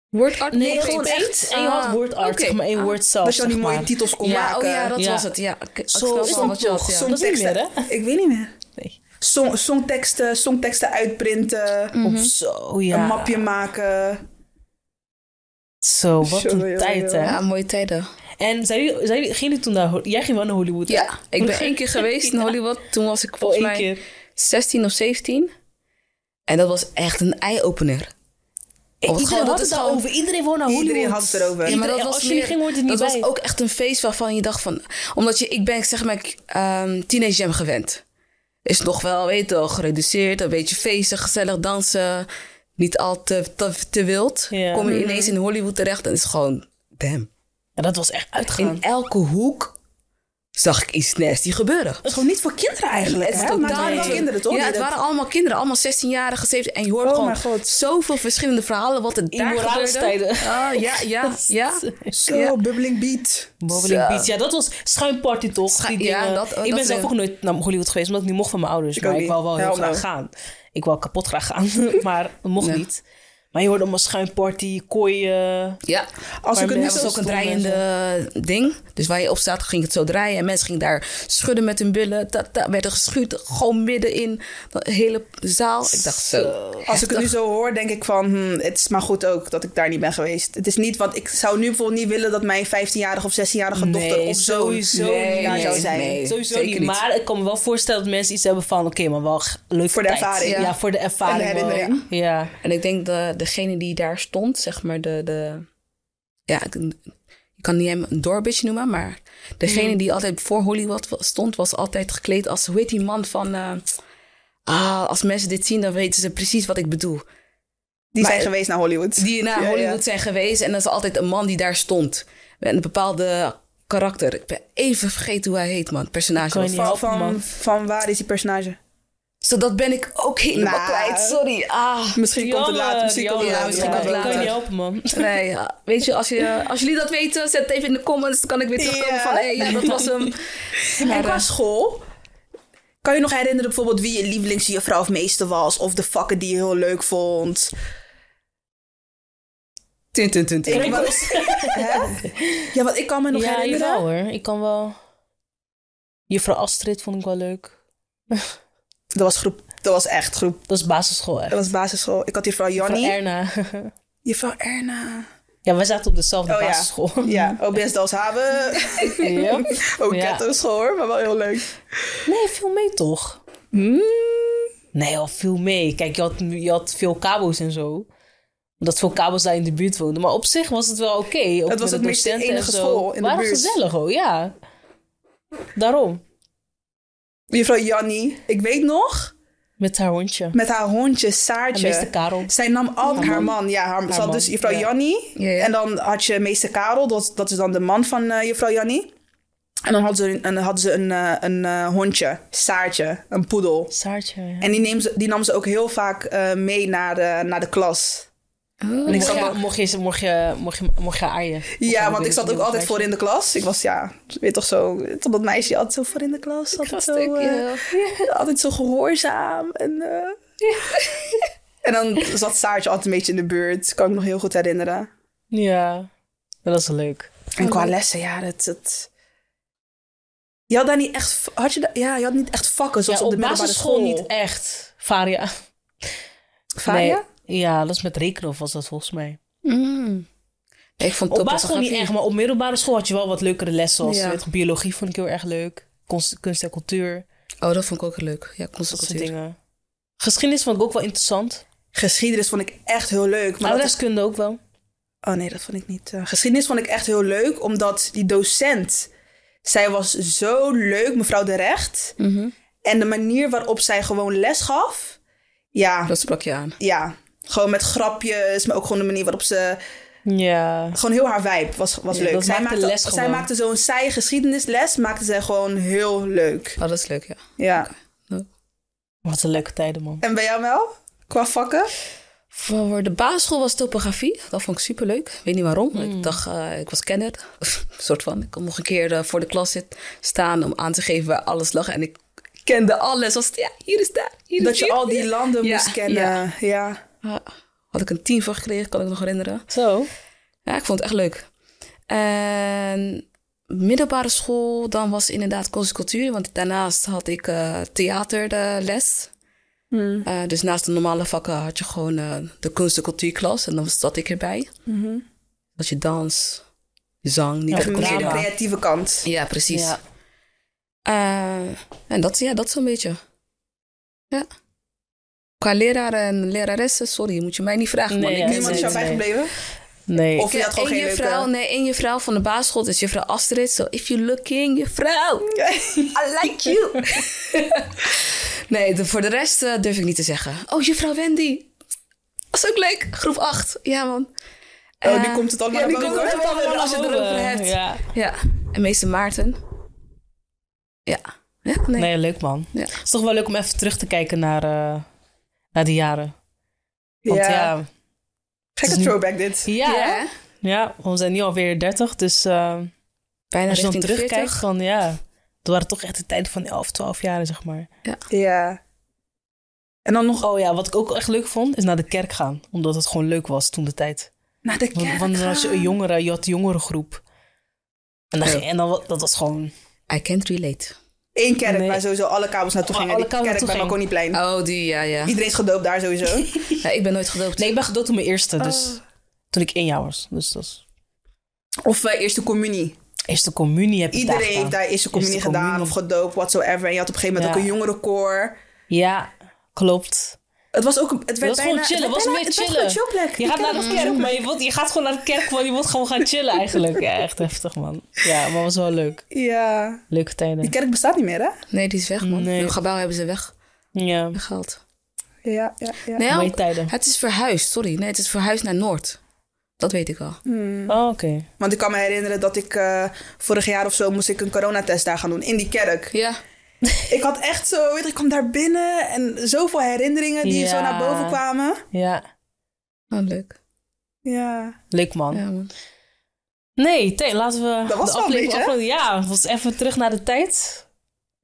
[SPEAKER 2] Word art?
[SPEAKER 3] Nee,
[SPEAKER 2] paint.
[SPEAKER 3] gewoon echt. En je had
[SPEAKER 2] Ah,
[SPEAKER 3] word art,
[SPEAKER 2] oké.
[SPEAKER 3] zeg maar één
[SPEAKER 2] Ah.
[SPEAKER 3] word zelf,
[SPEAKER 1] Dat je al die
[SPEAKER 3] zeg
[SPEAKER 1] mooie
[SPEAKER 3] maar.
[SPEAKER 1] titels kon
[SPEAKER 2] Ja,
[SPEAKER 1] maken.
[SPEAKER 2] oh ja, dat
[SPEAKER 3] Ja.
[SPEAKER 2] was het. Ja, ik, ik
[SPEAKER 3] Zo
[SPEAKER 2] snap
[SPEAKER 3] is
[SPEAKER 2] wel
[SPEAKER 3] dat
[SPEAKER 2] wat je had,
[SPEAKER 3] toch?
[SPEAKER 2] ja.
[SPEAKER 3] Zo- Dat is niet meer, hè?
[SPEAKER 1] Ik weet niet meer.
[SPEAKER 3] Nee.
[SPEAKER 1] Song, songteksten, songteksten uitprinten.
[SPEAKER 2] Mhm.
[SPEAKER 3] Of zo, ja.
[SPEAKER 1] Een mapje maken.
[SPEAKER 3] Zo, wat een
[SPEAKER 1] Sorry,
[SPEAKER 3] tijd,
[SPEAKER 1] joh,
[SPEAKER 3] hè.
[SPEAKER 2] Ja, mooie tijden.
[SPEAKER 3] En zijn jullie, zijn jullie, gingen jullie toen naar Ho- Jij ging wel naar Hollywood, hè?
[SPEAKER 2] Ja, ik ben één keer geweest in Hollywood. Toen was ik
[SPEAKER 3] Oh,
[SPEAKER 2] volgens
[SPEAKER 3] één
[SPEAKER 2] mij
[SPEAKER 3] keer.
[SPEAKER 2] 16 of 17. En dat was echt een eye-opener.
[SPEAKER 3] Iedereen
[SPEAKER 2] gewoon, dat
[SPEAKER 3] had
[SPEAKER 2] is
[SPEAKER 3] het al
[SPEAKER 2] gewoon-
[SPEAKER 3] over. Iedereen wou naar Hollywood.
[SPEAKER 1] Iedereen had het erover.
[SPEAKER 2] Ja, maar dat
[SPEAKER 3] Iedereen-
[SPEAKER 2] was
[SPEAKER 3] als jullie
[SPEAKER 2] meer-
[SPEAKER 3] ging, hoort het niet
[SPEAKER 2] dat
[SPEAKER 3] bij.
[SPEAKER 2] was ook echt een feest waarvan je dacht van... Omdat je, ik ben zeg maar ehm teenage jam gewend. Is nog wel, weet je wel, gereduceerd. Een beetje feesten, gezellig dansen. niet al te, te, te wild.
[SPEAKER 3] Ja.
[SPEAKER 2] Kom
[SPEAKER 1] Mhm.
[SPEAKER 2] je ineens in Hollywood terecht en is gewoon, damn.
[SPEAKER 3] Ja, dat was echt uitgaan.
[SPEAKER 2] In elke hoek zag ik iets nasty gebeuren.
[SPEAKER 1] is gewoon niet voor kinderen eigenlijk.
[SPEAKER 2] Het
[SPEAKER 1] hè?
[SPEAKER 2] is
[SPEAKER 1] Het
[SPEAKER 2] totaal
[SPEAKER 1] waren
[SPEAKER 2] niet
[SPEAKER 1] wel
[SPEAKER 2] zo-
[SPEAKER 1] kinderen, toch?
[SPEAKER 2] Ja,
[SPEAKER 1] Die
[SPEAKER 2] het
[SPEAKER 1] dat-
[SPEAKER 2] waren allemaal kinderen, allemaal 16-jarigen, 17 En je hoort
[SPEAKER 1] Oh mijn
[SPEAKER 2] gewoon
[SPEAKER 1] God.
[SPEAKER 2] zoveel verschillende verhalen wat er daar
[SPEAKER 3] Immorale
[SPEAKER 2] gebeurde.
[SPEAKER 3] tijden.
[SPEAKER 2] Ah, ja, ja, ja.
[SPEAKER 1] Zo,
[SPEAKER 2] Ja.
[SPEAKER 1] bubbling beat.
[SPEAKER 3] Bobbling
[SPEAKER 2] Zo.
[SPEAKER 3] Beach. Ja, dat was schuimparty toch?
[SPEAKER 2] Schu-
[SPEAKER 3] Die
[SPEAKER 2] ja,
[SPEAKER 3] dingen.
[SPEAKER 2] dat-
[SPEAKER 1] oh,
[SPEAKER 3] ik
[SPEAKER 2] dat
[SPEAKER 3] ben zelf
[SPEAKER 2] is-
[SPEAKER 3] ook nooit naar Hollywood geweest, omdat ik niet mocht van mijn ouders.
[SPEAKER 1] Ik
[SPEAKER 3] maar
[SPEAKER 1] ook
[SPEAKER 3] ik wou
[SPEAKER 1] niet.
[SPEAKER 3] wel heel
[SPEAKER 1] Heel
[SPEAKER 3] graag
[SPEAKER 1] graag.
[SPEAKER 3] gaan. Ik wou kapot graag gaan, maar dat mocht
[SPEAKER 2] Ja.
[SPEAKER 3] niet. Maar je hoorde allemaal schuimparty, kooien.
[SPEAKER 2] ja.
[SPEAKER 1] Als ik
[SPEAKER 3] Maar
[SPEAKER 1] het nu
[SPEAKER 2] Er
[SPEAKER 3] mensen
[SPEAKER 2] was
[SPEAKER 1] zo...
[SPEAKER 2] ook een
[SPEAKER 3] stonden en
[SPEAKER 2] draaiende ding. Dus waar je op staat, ging het zo draaien. En mensen gingen daar schudden met hun billen. Dat, dat werd er geschuurd, gewoon midden in de hele zaal. Ik dacht zo.
[SPEAKER 1] Als ik het nu zo hoor, denk ik van... hm, het is maar goed ook dat ik daar niet ben geweest. Het is niet, want ik zou nu bijvoorbeeld niet willen... dat mijn 15-jarige of 16-jarige
[SPEAKER 3] Nee,
[SPEAKER 1] dochter of zoon
[SPEAKER 3] sowieso
[SPEAKER 1] daar
[SPEAKER 3] niet.
[SPEAKER 1] zou zijn.
[SPEAKER 2] Nee,
[SPEAKER 3] Sowieso
[SPEAKER 2] zeker
[SPEAKER 3] niet.
[SPEAKER 2] niet.
[SPEAKER 3] Maar ik kan me wel voorstellen dat mensen iets hebben van... oké, maar wel g- leuk
[SPEAKER 1] Voor de
[SPEAKER 3] tijd.
[SPEAKER 1] ervaring.
[SPEAKER 3] Ja.
[SPEAKER 2] Ja.
[SPEAKER 3] voor de ervaring
[SPEAKER 1] En de herinnering.
[SPEAKER 3] wel. Ja.
[SPEAKER 2] En ik denk dat degene die daar stond, zeg maar de... de ja, ik, ik kan niet hem een doorbitch noemen, maar... Degene
[SPEAKER 1] Hmm.
[SPEAKER 2] die altijd voor Hollywood wa- stond, was altijd gekleed als... Hoe heet die man van... eh, ah, als mensen dit zien, dan weten ze precies wat ik bedoel.
[SPEAKER 1] Die
[SPEAKER 2] Maar-
[SPEAKER 1] zijn geweest naar Hollywood.
[SPEAKER 2] die naar
[SPEAKER 1] Ja, ja.
[SPEAKER 2] Hollywood zijn geweest. En dat is altijd een man die daar stond. Met een bepaalde karakter. Ik ben even vergeten hoe hij heet, man. Het Personage.
[SPEAKER 3] Kan je
[SPEAKER 2] was-
[SPEAKER 3] niet.
[SPEAKER 1] Van,
[SPEAKER 3] Help me,
[SPEAKER 1] van,
[SPEAKER 3] man.
[SPEAKER 1] van waar is die personage?
[SPEAKER 2] Zo, dat ben ik ook helemaal
[SPEAKER 1] Nou.
[SPEAKER 2] kwijt. Sorry. Ah.
[SPEAKER 1] Misschien komt het
[SPEAKER 3] Jammer,
[SPEAKER 1] later. Misschien komt het later.
[SPEAKER 3] jammer.
[SPEAKER 2] misschien
[SPEAKER 1] Ja,
[SPEAKER 2] komt het
[SPEAKER 1] ja.
[SPEAKER 3] Ik kan
[SPEAKER 2] later.
[SPEAKER 3] je niet helpen, man.
[SPEAKER 2] Nee, ja. weet je, als, je, als jullie dat weten, zet het even in de comments. Dan kan ik weer terugkomen
[SPEAKER 1] Ja.
[SPEAKER 2] van, hé, ja, dat was hem.
[SPEAKER 1] En
[SPEAKER 2] Maar,
[SPEAKER 1] qua
[SPEAKER 2] eh,
[SPEAKER 1] school, kan je nog herinneren bijvoorbeeld wie je lievelingsjuffrouw of meester was? Of de vakken die je heel leuk vond?
[SPEAKER 2] tun, tun, tun, tun.
[SPEAKER 1] Ik was... Hè? ja, want ik kan me nog
[SPEAKER 3] ja,
[SPEAKER 1] herinneren.
[SPEAKER 3] jawel hoor. Ik kan wel... Juffrouw Astrid vond ik wel leuk.
[SPEAKER 1] Dat was groep, dat was echt groep.
[SPEAKER 3] Dat is basisschool echt.
[SPEAKER 1] Dat was basisschool. Ik had juffrouw
[SPEAKER 3] Van
[SPEAKER 1] Jannie.
[SPEAKER 3] Erna.
[SPEAKER 1] Juffrouw Erna.
[SPEAKER 3] ja, wij zaten op dezelfde
[SPEAKER 1] Oh, ja.
[SPEAKER 3] basisschool.
[SPEAKER 1] Ja, OBS Dalshaven.
[SPEAKER 3] Yep.
[SPEAKER 1] Ook
[SPEAKER 3] Ja.
[SPEAKER 1] ghetto school hoor, maar wel heel leuk.
[SPEAKER 3] Nee, viel mee toch?
[SPEAKER 1] Hmm.
[SPEAKER 3] Nee, al viel mee. Kijk, je had, je had veel cabo's en zo. Dat veel cabo's daar in de buurt woonden. Maar op zich was het wel oké. ook
[SPEAKER 1] was
[SPEAKER 3] met
[SPEAKER 1] ook minstens
[SPEAKER 3] de
[SPEAKER 1] de
[SPEAKER 3] docenten en
[SPEAKER 1] enige
[SPEAKER 3] zo.
[SPEAKER 1] school in de
[SPEAKER 3] Waren
[SPEAKER 1] buurt.
[SPEAKER 3] gezellig, oh ja. Daarom.
[SPEAKER 1] Juffrouw Jannie. Ik weet nog,
[SPEAKER 3] Met haar hondje.
[SPEAKER 1] met haar hondje
[SPEAKER 3] En
[SPEAKER 1] Saartje.
[SPEAKER 3] meester Karel.
[SPEAKER 1] Zij nam al haar, man. Ja, haar, ze had
[SPEAKER 3] man,
[SPEAKER 1] dus juffrouw
[SPEAKER 3] ja.
[SPEAKER 1] Jannie.
[SPEAKER 2] Ja, ja.
[SPEAKER 1] En dan had je meester Karel. Dat, dat is dan de man van eh, juffrouw Jannie. En dan hadden ze, en dan hadden ze een, eh, een eh, hondje. Saartje. Een poedel.
[SPEAKER 3] Saartje, ja.
[SPEAKER 1] En die, neem ze, die nam ze ook heel vaak eh, mee naar de, naar de klas.
[SPEAKER 2] Oh.
[SPEAKER 3] En ik
[SPEAKER 1] zat
[SPEAKER 3] mocht,
[SPEAKER 1] ook-
[SPEAKER 3] je, mocht, je, mocht, je, mocht, je, mocht je aaien.
[SPEAKER 1] Ja, want ik zat ook altijd voor in de klas. Ik was, ja, weet toch zo... Tot dat meisje altijd zo voor in de klas. Altijd zo,
[SPEAKER 2] Gastig,
[SPEAKER 1] eh,
[SPEAKER 2] ja.
[SPEAKER 1] altijd zo gehoorzaam. En, eh, en dan zat Saartje altijd een beetje in de buurt. Kan ik me nog heel goed herinneren.
[SPEAKER 3] Ja, dat is leuk.
[SPEAKER 1] En qua lessen, ja, dat... dat... Je had daar niet echt... v- Had je daar- ja, je had niet echt vakken zoals
[SPEAKER 3] ja,
[SPEAKER 1] op
[SPEAKER 3] op
[SPEAKER 1] de middelbare
[SPEAKER 3] basisschool
[SPEAKER 1] school.
[SPEAKER 3] niet echt. Varia.
[SPEAKER 1] Varia?
[SPEAKER 3] Nee. Ja, dat is met rekenen of was dat volgens mij.
[SPEAKER 2] Mm. Ik vond
[SPEAKER 3] eh. Op basisschool niet
[SPEAKER 2] topografie.
[SPEAKER 3] echt, maar op middelbare school had je wel wat leukere lessen. Zoals
[SPEAKER 2] Ja.
[SPEAKER 3] weet je, biologie vond ik heel erg leuk. Kunst, kunst en cultuur,
[SPEAKER 2] Oh, dat vond ik ook leuk. Ja,
[SPEAKER 3] dat
[SPEAKER 2] constructief.
[SPEAKER 3] soort dingen. Geschiedenis vond ik ook wel interessant.
[SPEAKER 1] Geschiedenis vond ik echt heel leuk. Maar dat is-
[SPEAKER 3] Aardrijkskunde ook wel.
[SPEAKER 1] Oh nee, dat vond ik niet. eh. geschiedenis vond ik echt heel leuk, omdat die docent... Zij was zo leuk, mevrouw de Recht.
[SPEAKER 2] Mhm.
[SPEAKER 1] En de manier waarop zij gewoon les gaf... Ja,
[SPEAKER 2] Dat sprak je aan.
[SPEAKER 1] ja. Gewoon met grapjes, maar ook gewoon de manier waarop ze...
[SPEAKER 3] Ja.
[SPEAKER 1] Gewoon heel haar vibe was, was
[SPEAKER 3] Ja,
[SPEAKER 1] leuk.
[SPEAKER 3] dat
[SPEAKER 1] Zij
[SPEAKER 3] maakt de
[SPEAKER 1] maakte,
[SPEAKER 3] les
[SPEAKER 1] zij
[SPEAKER 3] gewoon.
[SPEAKER 1] maakte zo'n saaie geschiedenisles, maakte zij gewoon heel leuk.
[SPEAKER 2] Oh, dat is leuk, ja.
[SPEAKER 1] Ja.
[SPEAKER 3] Wat een leuke tijden, man.
[SPEAKER 1] En bij jou wel? Qua vakken?
[SPEAKER 2] Voor de basisschool was topografie. Dat vond ik superleuk. Ik weet niet waarom.
[SPEAKER 1] Hmm.
[SPEAKER 2] Ik dacht, eh, ik was kenner. soort van. Ik kon nog een keer eh, voor de klas zit, staan om aan te geven waar alles lag. En ik kende alles. Was het, ja, hier is daar. Hier is
[SPEAKER 1] Dat je
[SPEAKER 2] hier.
[SPEAKER 1] al die landen
[SPEAKER 2] Ja,
[SPEAKER 1] moest kennen.
[SPEAKER 2] ja.
[SPEAKER 1] Ja.
[SPEAKER 2] Ja. Had ik een tien voor gekregen, kan ik nog herinneren.
[SPEAKER 3] Zo.
[SPEAKER 2] Ja, ik vond het echt leuk. En middelbare school, dan was inderdaad kunst en cultuur. Want daarnaast had ik eh theaterles. Eh, dus naast de normale vakken had je gewoon eh, de kunst- en cultuurklas. En dan zat ik erbij. Dat je dans, zang, niet
[SPEAKER 3] Mhm. Ja,
[SPEAKER 2] echt
[SPEAKER 1] Meer de
[SPEAKER 3] drama.
[SPEAKER 1] creatieve kant.
[SPEAKER 2] Ja, precies.
[SPEAKER 3] Ja.
[SPEAKER 2] Eh, en dat, ja, dat zo'n beetje. Ja. Qua leraren en leraressen, sorry, moet je mij niet vragen. man.
[SPEAKER 3] Nee,
[SPEAKER 2] Ik
[SPEAKER 3] ja,
[SPEAKER 1] Niemand is jou
[SPEAKER 3] nee, nee.
[SPEAKER 1] bijgebleven?
[SPEAKER 3] Nee.
[SPEAKER 1] Of je had gewoon
[SPEAKER 2] Eén
[SPEAKER 1] geen
[SPEAKER 2] juffrouw,
[SPEAKER 1] leuke...
[SPEAKER 2] nee, één juffrouw van de basisschool. Dus juffrouw Astrid. Zo, if you looking, juffrouw. I like you. nee, de- voor de rest eh, durf ik niet te zeggen. Oh, juffrouw Wendy. was ook leuk. Groep 8. Ja, man.
[SPEAKER 1] Oh,
[SPEAKER 2] Eh,
[SPEAKER 1] die komt het allemaal
[SPEAKER 2] ja,
[SPEAKER 1] naar
[SPEAKER 2] die
[SPEAKER 1] boven.
[SPEAKER 2] komt het allemaal als je het
[SPEAKER 3] boven.
[SPEAKER 2] erover hebt. Ja.
[SPEAKER 3] Ja.
[SPEAKER 2] En meester Maarten. Ja. Ja, nee.
[SPEAKER 3] Nee, leuk man.
[SPEAKER 2] Ja.
[SPEAKER 3] Het is toch wel leuk om even terug te kijken naar, eh, naar die jaren. Want ja,
[SPEAKER 1] ja,
[SPEAKER 3] ja,
[SPEAKER 1] gekke throwback dit.
[SPEAKER 3] ja, hè? Ja, we zijn nu alweer 30, dus eh,
[SPEAKER 2] Bijna
[SPEAKER 3] als je
[SPEAKER 2] richting
[SPEAKER 3] dan
[SPEAKER 2] de
[SPEAKER 3] terugkijkt,
[SPEAKER 2] 40.
[SPEAKER 3] dan ja. Het waren toch echt de tijden van 11, 12 jaar, zeg maar.
[SPEAKER 1] Ja. En dan nog
[SPEAKER 3] Oh ja, wat ik ook echt leuk vond, is naar de kerk gaan. Omdat het gewoon leuk was toen de tijd.
[SPEAKER 1] naar de
[SPEAKER 3] Want,
[SPEAKER 1] kerk
[SPEAKER 3] want dan was je een
[SPEAKER 1] gaan. Oh
[SPEAKER 3] jongere, je had een jongerengroep. En, dan, ging- en dan, wa- dat was gewoon...
[SPEAKER 2] I can't relate.
[SPEAKER 1] Eén kerk
[SPEAKER 3] Nee.
[SPEAKER 1] waar sowieso alle kabels naartoe
[SPEAKER 3] Oh,
[SPEAKER 1] gingen.
[SPEAKER 3] alle
[SPEAKER 1] die
[SPEAKER 3] kabels
[SPEAKER 1] kerk bij
[SPEAKER 3] naartoe
[SPEAKER 1] Marconiplein.
[SPEAKER 2] Oh, die, ja, ja.
[SPEAKER 1] Iedereen is gedoopt daar sowieso.
[SPEAKER 2] ja ik ben nooit gedoopt.
[SPEAKER 3] Nee, ik ben gedood toen mijn eerste, dus
[SPEAKER 1] Oh.
[SPEAKER 3] toen ik één jaar was. Dus dat is...
[SPEAKER 1] Of eh, eerste communie.
[SPEAKER 3] Eerste communie heb ik
[SPEAKER 1] Iedereen
[SPEAKER 3] daar gedaan.
[SPEAKER 1] heeft daar eerste communie
[SPEAKER 3] Eerste
[SPEAKER 1] gedaan
[SPEAKER 3] communie.
[SPEAKER 1] of gedoopt, whatsoever. En je had op een gegeven moment
[SPEAKER 3] Ja.
[SPEAKER 1] ook een jongerenkoor.
[SPEAKER 3] Ja, klopt.
[SPEAKER 1] Het was ook... een- Het werd
[SPEAKER 3] was gewoon
[SPEAKER 1] bijna-
[SPEAKER 3] chillen,
[SPEAKER 1] Het
[SPEAKER 3] was
[SPEAKER 1] werd, bijna-
[SPEAKER 3] meer
[SPEAKER 1] het werd
[SPEAKER 3] chillen.
[SPEAKER 1] gewoon een chillplek.
[SPEAKER 3] Je gaat
[SPEAKER 1] Die
[SPEAKER 3] naar
[SPEAKER 1] kerk
[SPEAKER 3] de
[SPEAKER 1] was
[SPEAKER 3] kerk, maar je, wilt, je gaat gewoon naar de kerk, want je wilt gewoon gaan chillen eigenlijk. Ja, echt heftig man. Ja, maar was wel leuk.
[SPEAKER 1] Ja.
[SPEAKER 3] Leuke
[SPEAKER 1] Die
[SPEAKER 3] tijden.
[SPEAKER 1] kerk bestaat niet meer, hè?
[SPEAKER 2] Nee, die is weg, man.
[SPEAKER 3] Nee.
[SPEAKER 2] Het gebouw hebben ze weg-
[SPEAKER 3] Ja,
[SPEAKER 2] weggehaald.
[SPEAKER 1] Ja, ja, ja.
[SPEAKER 2] Nee, oh.
[SPEAKER 3] mooie
[SPEAKER 2] ook-
[SPEAKER 3] tijden.
[SPEAKER 2] het is verhuisd, sorry. Nee, het is verhuisd naar Noord. Dat weet ik al.
[SPEAKER 1] Hmm.
[SPEAKER 3] Oh, oké.
[SPEAKER 1] Want ik kan me herinneren dat ik eh, vorig jaar of zo moest ik een coronatest daar gaan doen. In die kerk.
[SPEAKER 2] Ja.
[SPEAKER 1] Ik had echt zo, weet je, ik kwam daar binnen en zoveel herinneringen die
[SPEAKER 3] Ja.
[SPEAKER 1] zo naar boven kwamen.
[SPEAKER 3] Ja,
[SPEAKER 2] Oh, leuk.
[SPEAKER 1] Ja.
[SPEAKER 3] leuk man.
[SPEAKER 2] Ja, man.
[SPEAKER 3] Nee, Teen, laten we
[SPEAKER 1] Dat was
[SPEAKER 3] de
[SPEAKER 1] wel een
[SPEAKER 3] aflevering
[SPEAKER 1] beetje, hè?
[SPEAKER 3] afronden. Ja, het was even terug naar de tijd.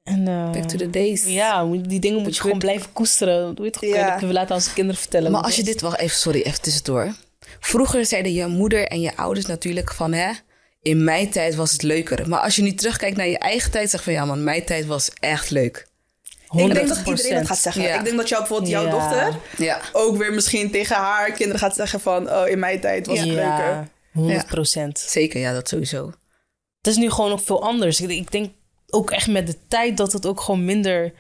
[SPEAKER 3] En, eh,
[SPEAKER 2] Back to the days.
[SPEAKER 3] Ja, moet- die dingen moet je gewoon blijven koesteren. Dat weet je toch?
[SPEAKER 1] Ja.
[SPEAKER 3] Dat kunnen we later aan onze kinderen vertellen.
[SPEAKER 2] Maar als je dit wel even, sorry, even tussendoor. Vroeger zeiden je moeder en je ouders natuurlijk van hè, in mijn tijd was het leuker. Maar als je nu terugkijkt naar je eigen tijd, zeg van ja, man, mijn tijd was echt leuk.
[SPEAKER 1] Ik denk dat iedereen dat gaat zeggen.
[SPEAKER 2] Ja.
[SPEAKER 1] Ik denk dat jou, bijvoorbeeld jouw
[SPEAKER 3] Ja.
[SPEAKER 1] dochter
[SPEAKER 2] Ja.
[SPEAKER 1] ook weer misschien tegen haar kinderen gaat zeggen van... Oh, in mijn tijd was
[SPEAKER 3] Ja,
[SPEAKER 1] het leuker.
[SPEAKER 3] 100 procent.
[SPEAKER 2] Zeker, ja, dat sowieso.
[SPEAKER 3] Het is nu gewoon ook veel anders. Ik, denk- ik denk ook echt met de tijd dat het ook gewoon minder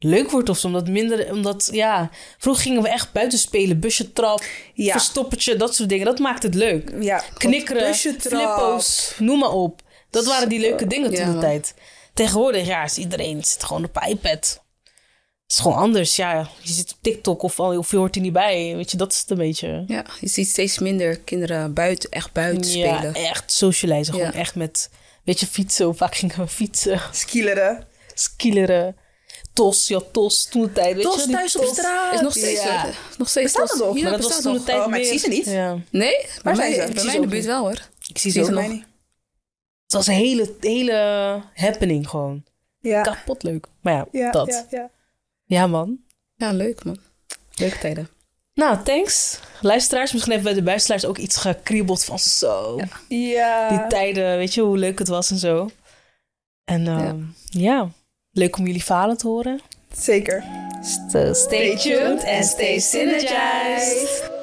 [SPEAKER 3] leuk wordt of zo. Omdat minder, omdat ja, vroeger gingen we echt buiten spelen. Busje trap,
[SPEAKER 1] Ja.
[SPEAKER 3] verstoppertje, dat soort dingen. Dat maakt het leuk.
[SPEAKER 1] Ja,
[SPEAKER 3] knikkeren,
[SPEAKER 1] busje trap.
[SPEAKER 3] flippo's, noem maar op. Dat waren die leuke dingen toen
[SPEAKER 2] Ja.
[SPEAKER 3] de tijd. Tegenwoordig, ja, is iedereen zit gewoon op een iPad. Het is gewoon anders, ja. Je zit op TikTok of, of je hoort er niet bij. Weet je, dat is het een beetje.
[SPEAKER 2] Ja, je ziet steeds minder kinderen buiten, echt buiten
[SPEAKER 3] Ja,
[SPEAKER 2] spelen.
[SPEAKER 3] echt socializen. Gewoon
[SPEAKER 2] Ja.
[SPEAKER 3] echt met, weet je, fietsen. Hoe vaak gingen we fietsen?
[SPEAKER 1] Skileren.
[SPEAKER 3] Skilleren. Tos, ja, tos. Toen de tijd, weet je
[SPEAKER 1] Tos
[SPEAKER 3] wel, die
[SPEAKER 1] thuis op straat.
[SPEAKER 2] Is nog steeds,
[SPEAKER 3] Ja.
[SPEAKER 2] eh, nog steeds
[SPEAKER 1] Bestaat dat nog?
[SPEAKER 2] Ja,
[SPEAKER 3] Maar dat was
[SPEAKER 2] bestaat
[SPEAKER 3] toen de
[SPEAKER 2] nog.
[SPEAKER 3] tijd
[SPEAKER 1] Oh, maar ik
[SPEAKER 3] meer-
[SPEAKER 1] zie ze niet.
[SPEAKER 3] Ja.
[SPEAKER 2] Nee, bij
[SPEAKER 1] zijn
[SPEAKER 2] mij,
[SPEAKER 1] ze? Ik
[SPEAKER 2] bij
[SPEAKER 3] zie
[SPEAKER 2] mij
[SPEAKER 3] ze
[SPEAKER 2] in de
[SPEAKER 3] ook
[SPEAKER 2] buurt wel hoor.
[SPEAKER 3] Ik zie ze
[SPEAKER 2] Zie
[SPEAKER 3] ook
[SPEAKER 1] Voor
[SPEAKER 2] ze
[SPEAKER 3] nog.
[SPEAKER 1] mij
[SPEAKER 2] nog.
[SPEAKER 1] niet.
[SPEAKER 3] Het was een hele, hele happening gewoon.
[SPEAKER 1] Ja.
[SPEAKER 3] Kapot leuk. Maar ja,
[SPEAKER 1] Ja,
[SPEAKER 3] dat.
[SPEAKER 1] ja, ja.
[SPEAKER 3] ja man.
[SPEAKER 2] Ja, leuk man. Leuke tijden.
[SPEAKER 3] Nou, thanks. Luisteraars, misschien even bij de luisteraars ook iets gekriebeld van zo.
[SPEAKER 1] Ja.
[SPEAKER 3] Die tijden, weet je hoe leuk het was en zo. En ehm, ja, leuk om jullie verhalen te horen.
[SPEAKER 1] Zeker.
[SPEAKER 3] Stay tuned
[SPEAKER 1] and stay synergized.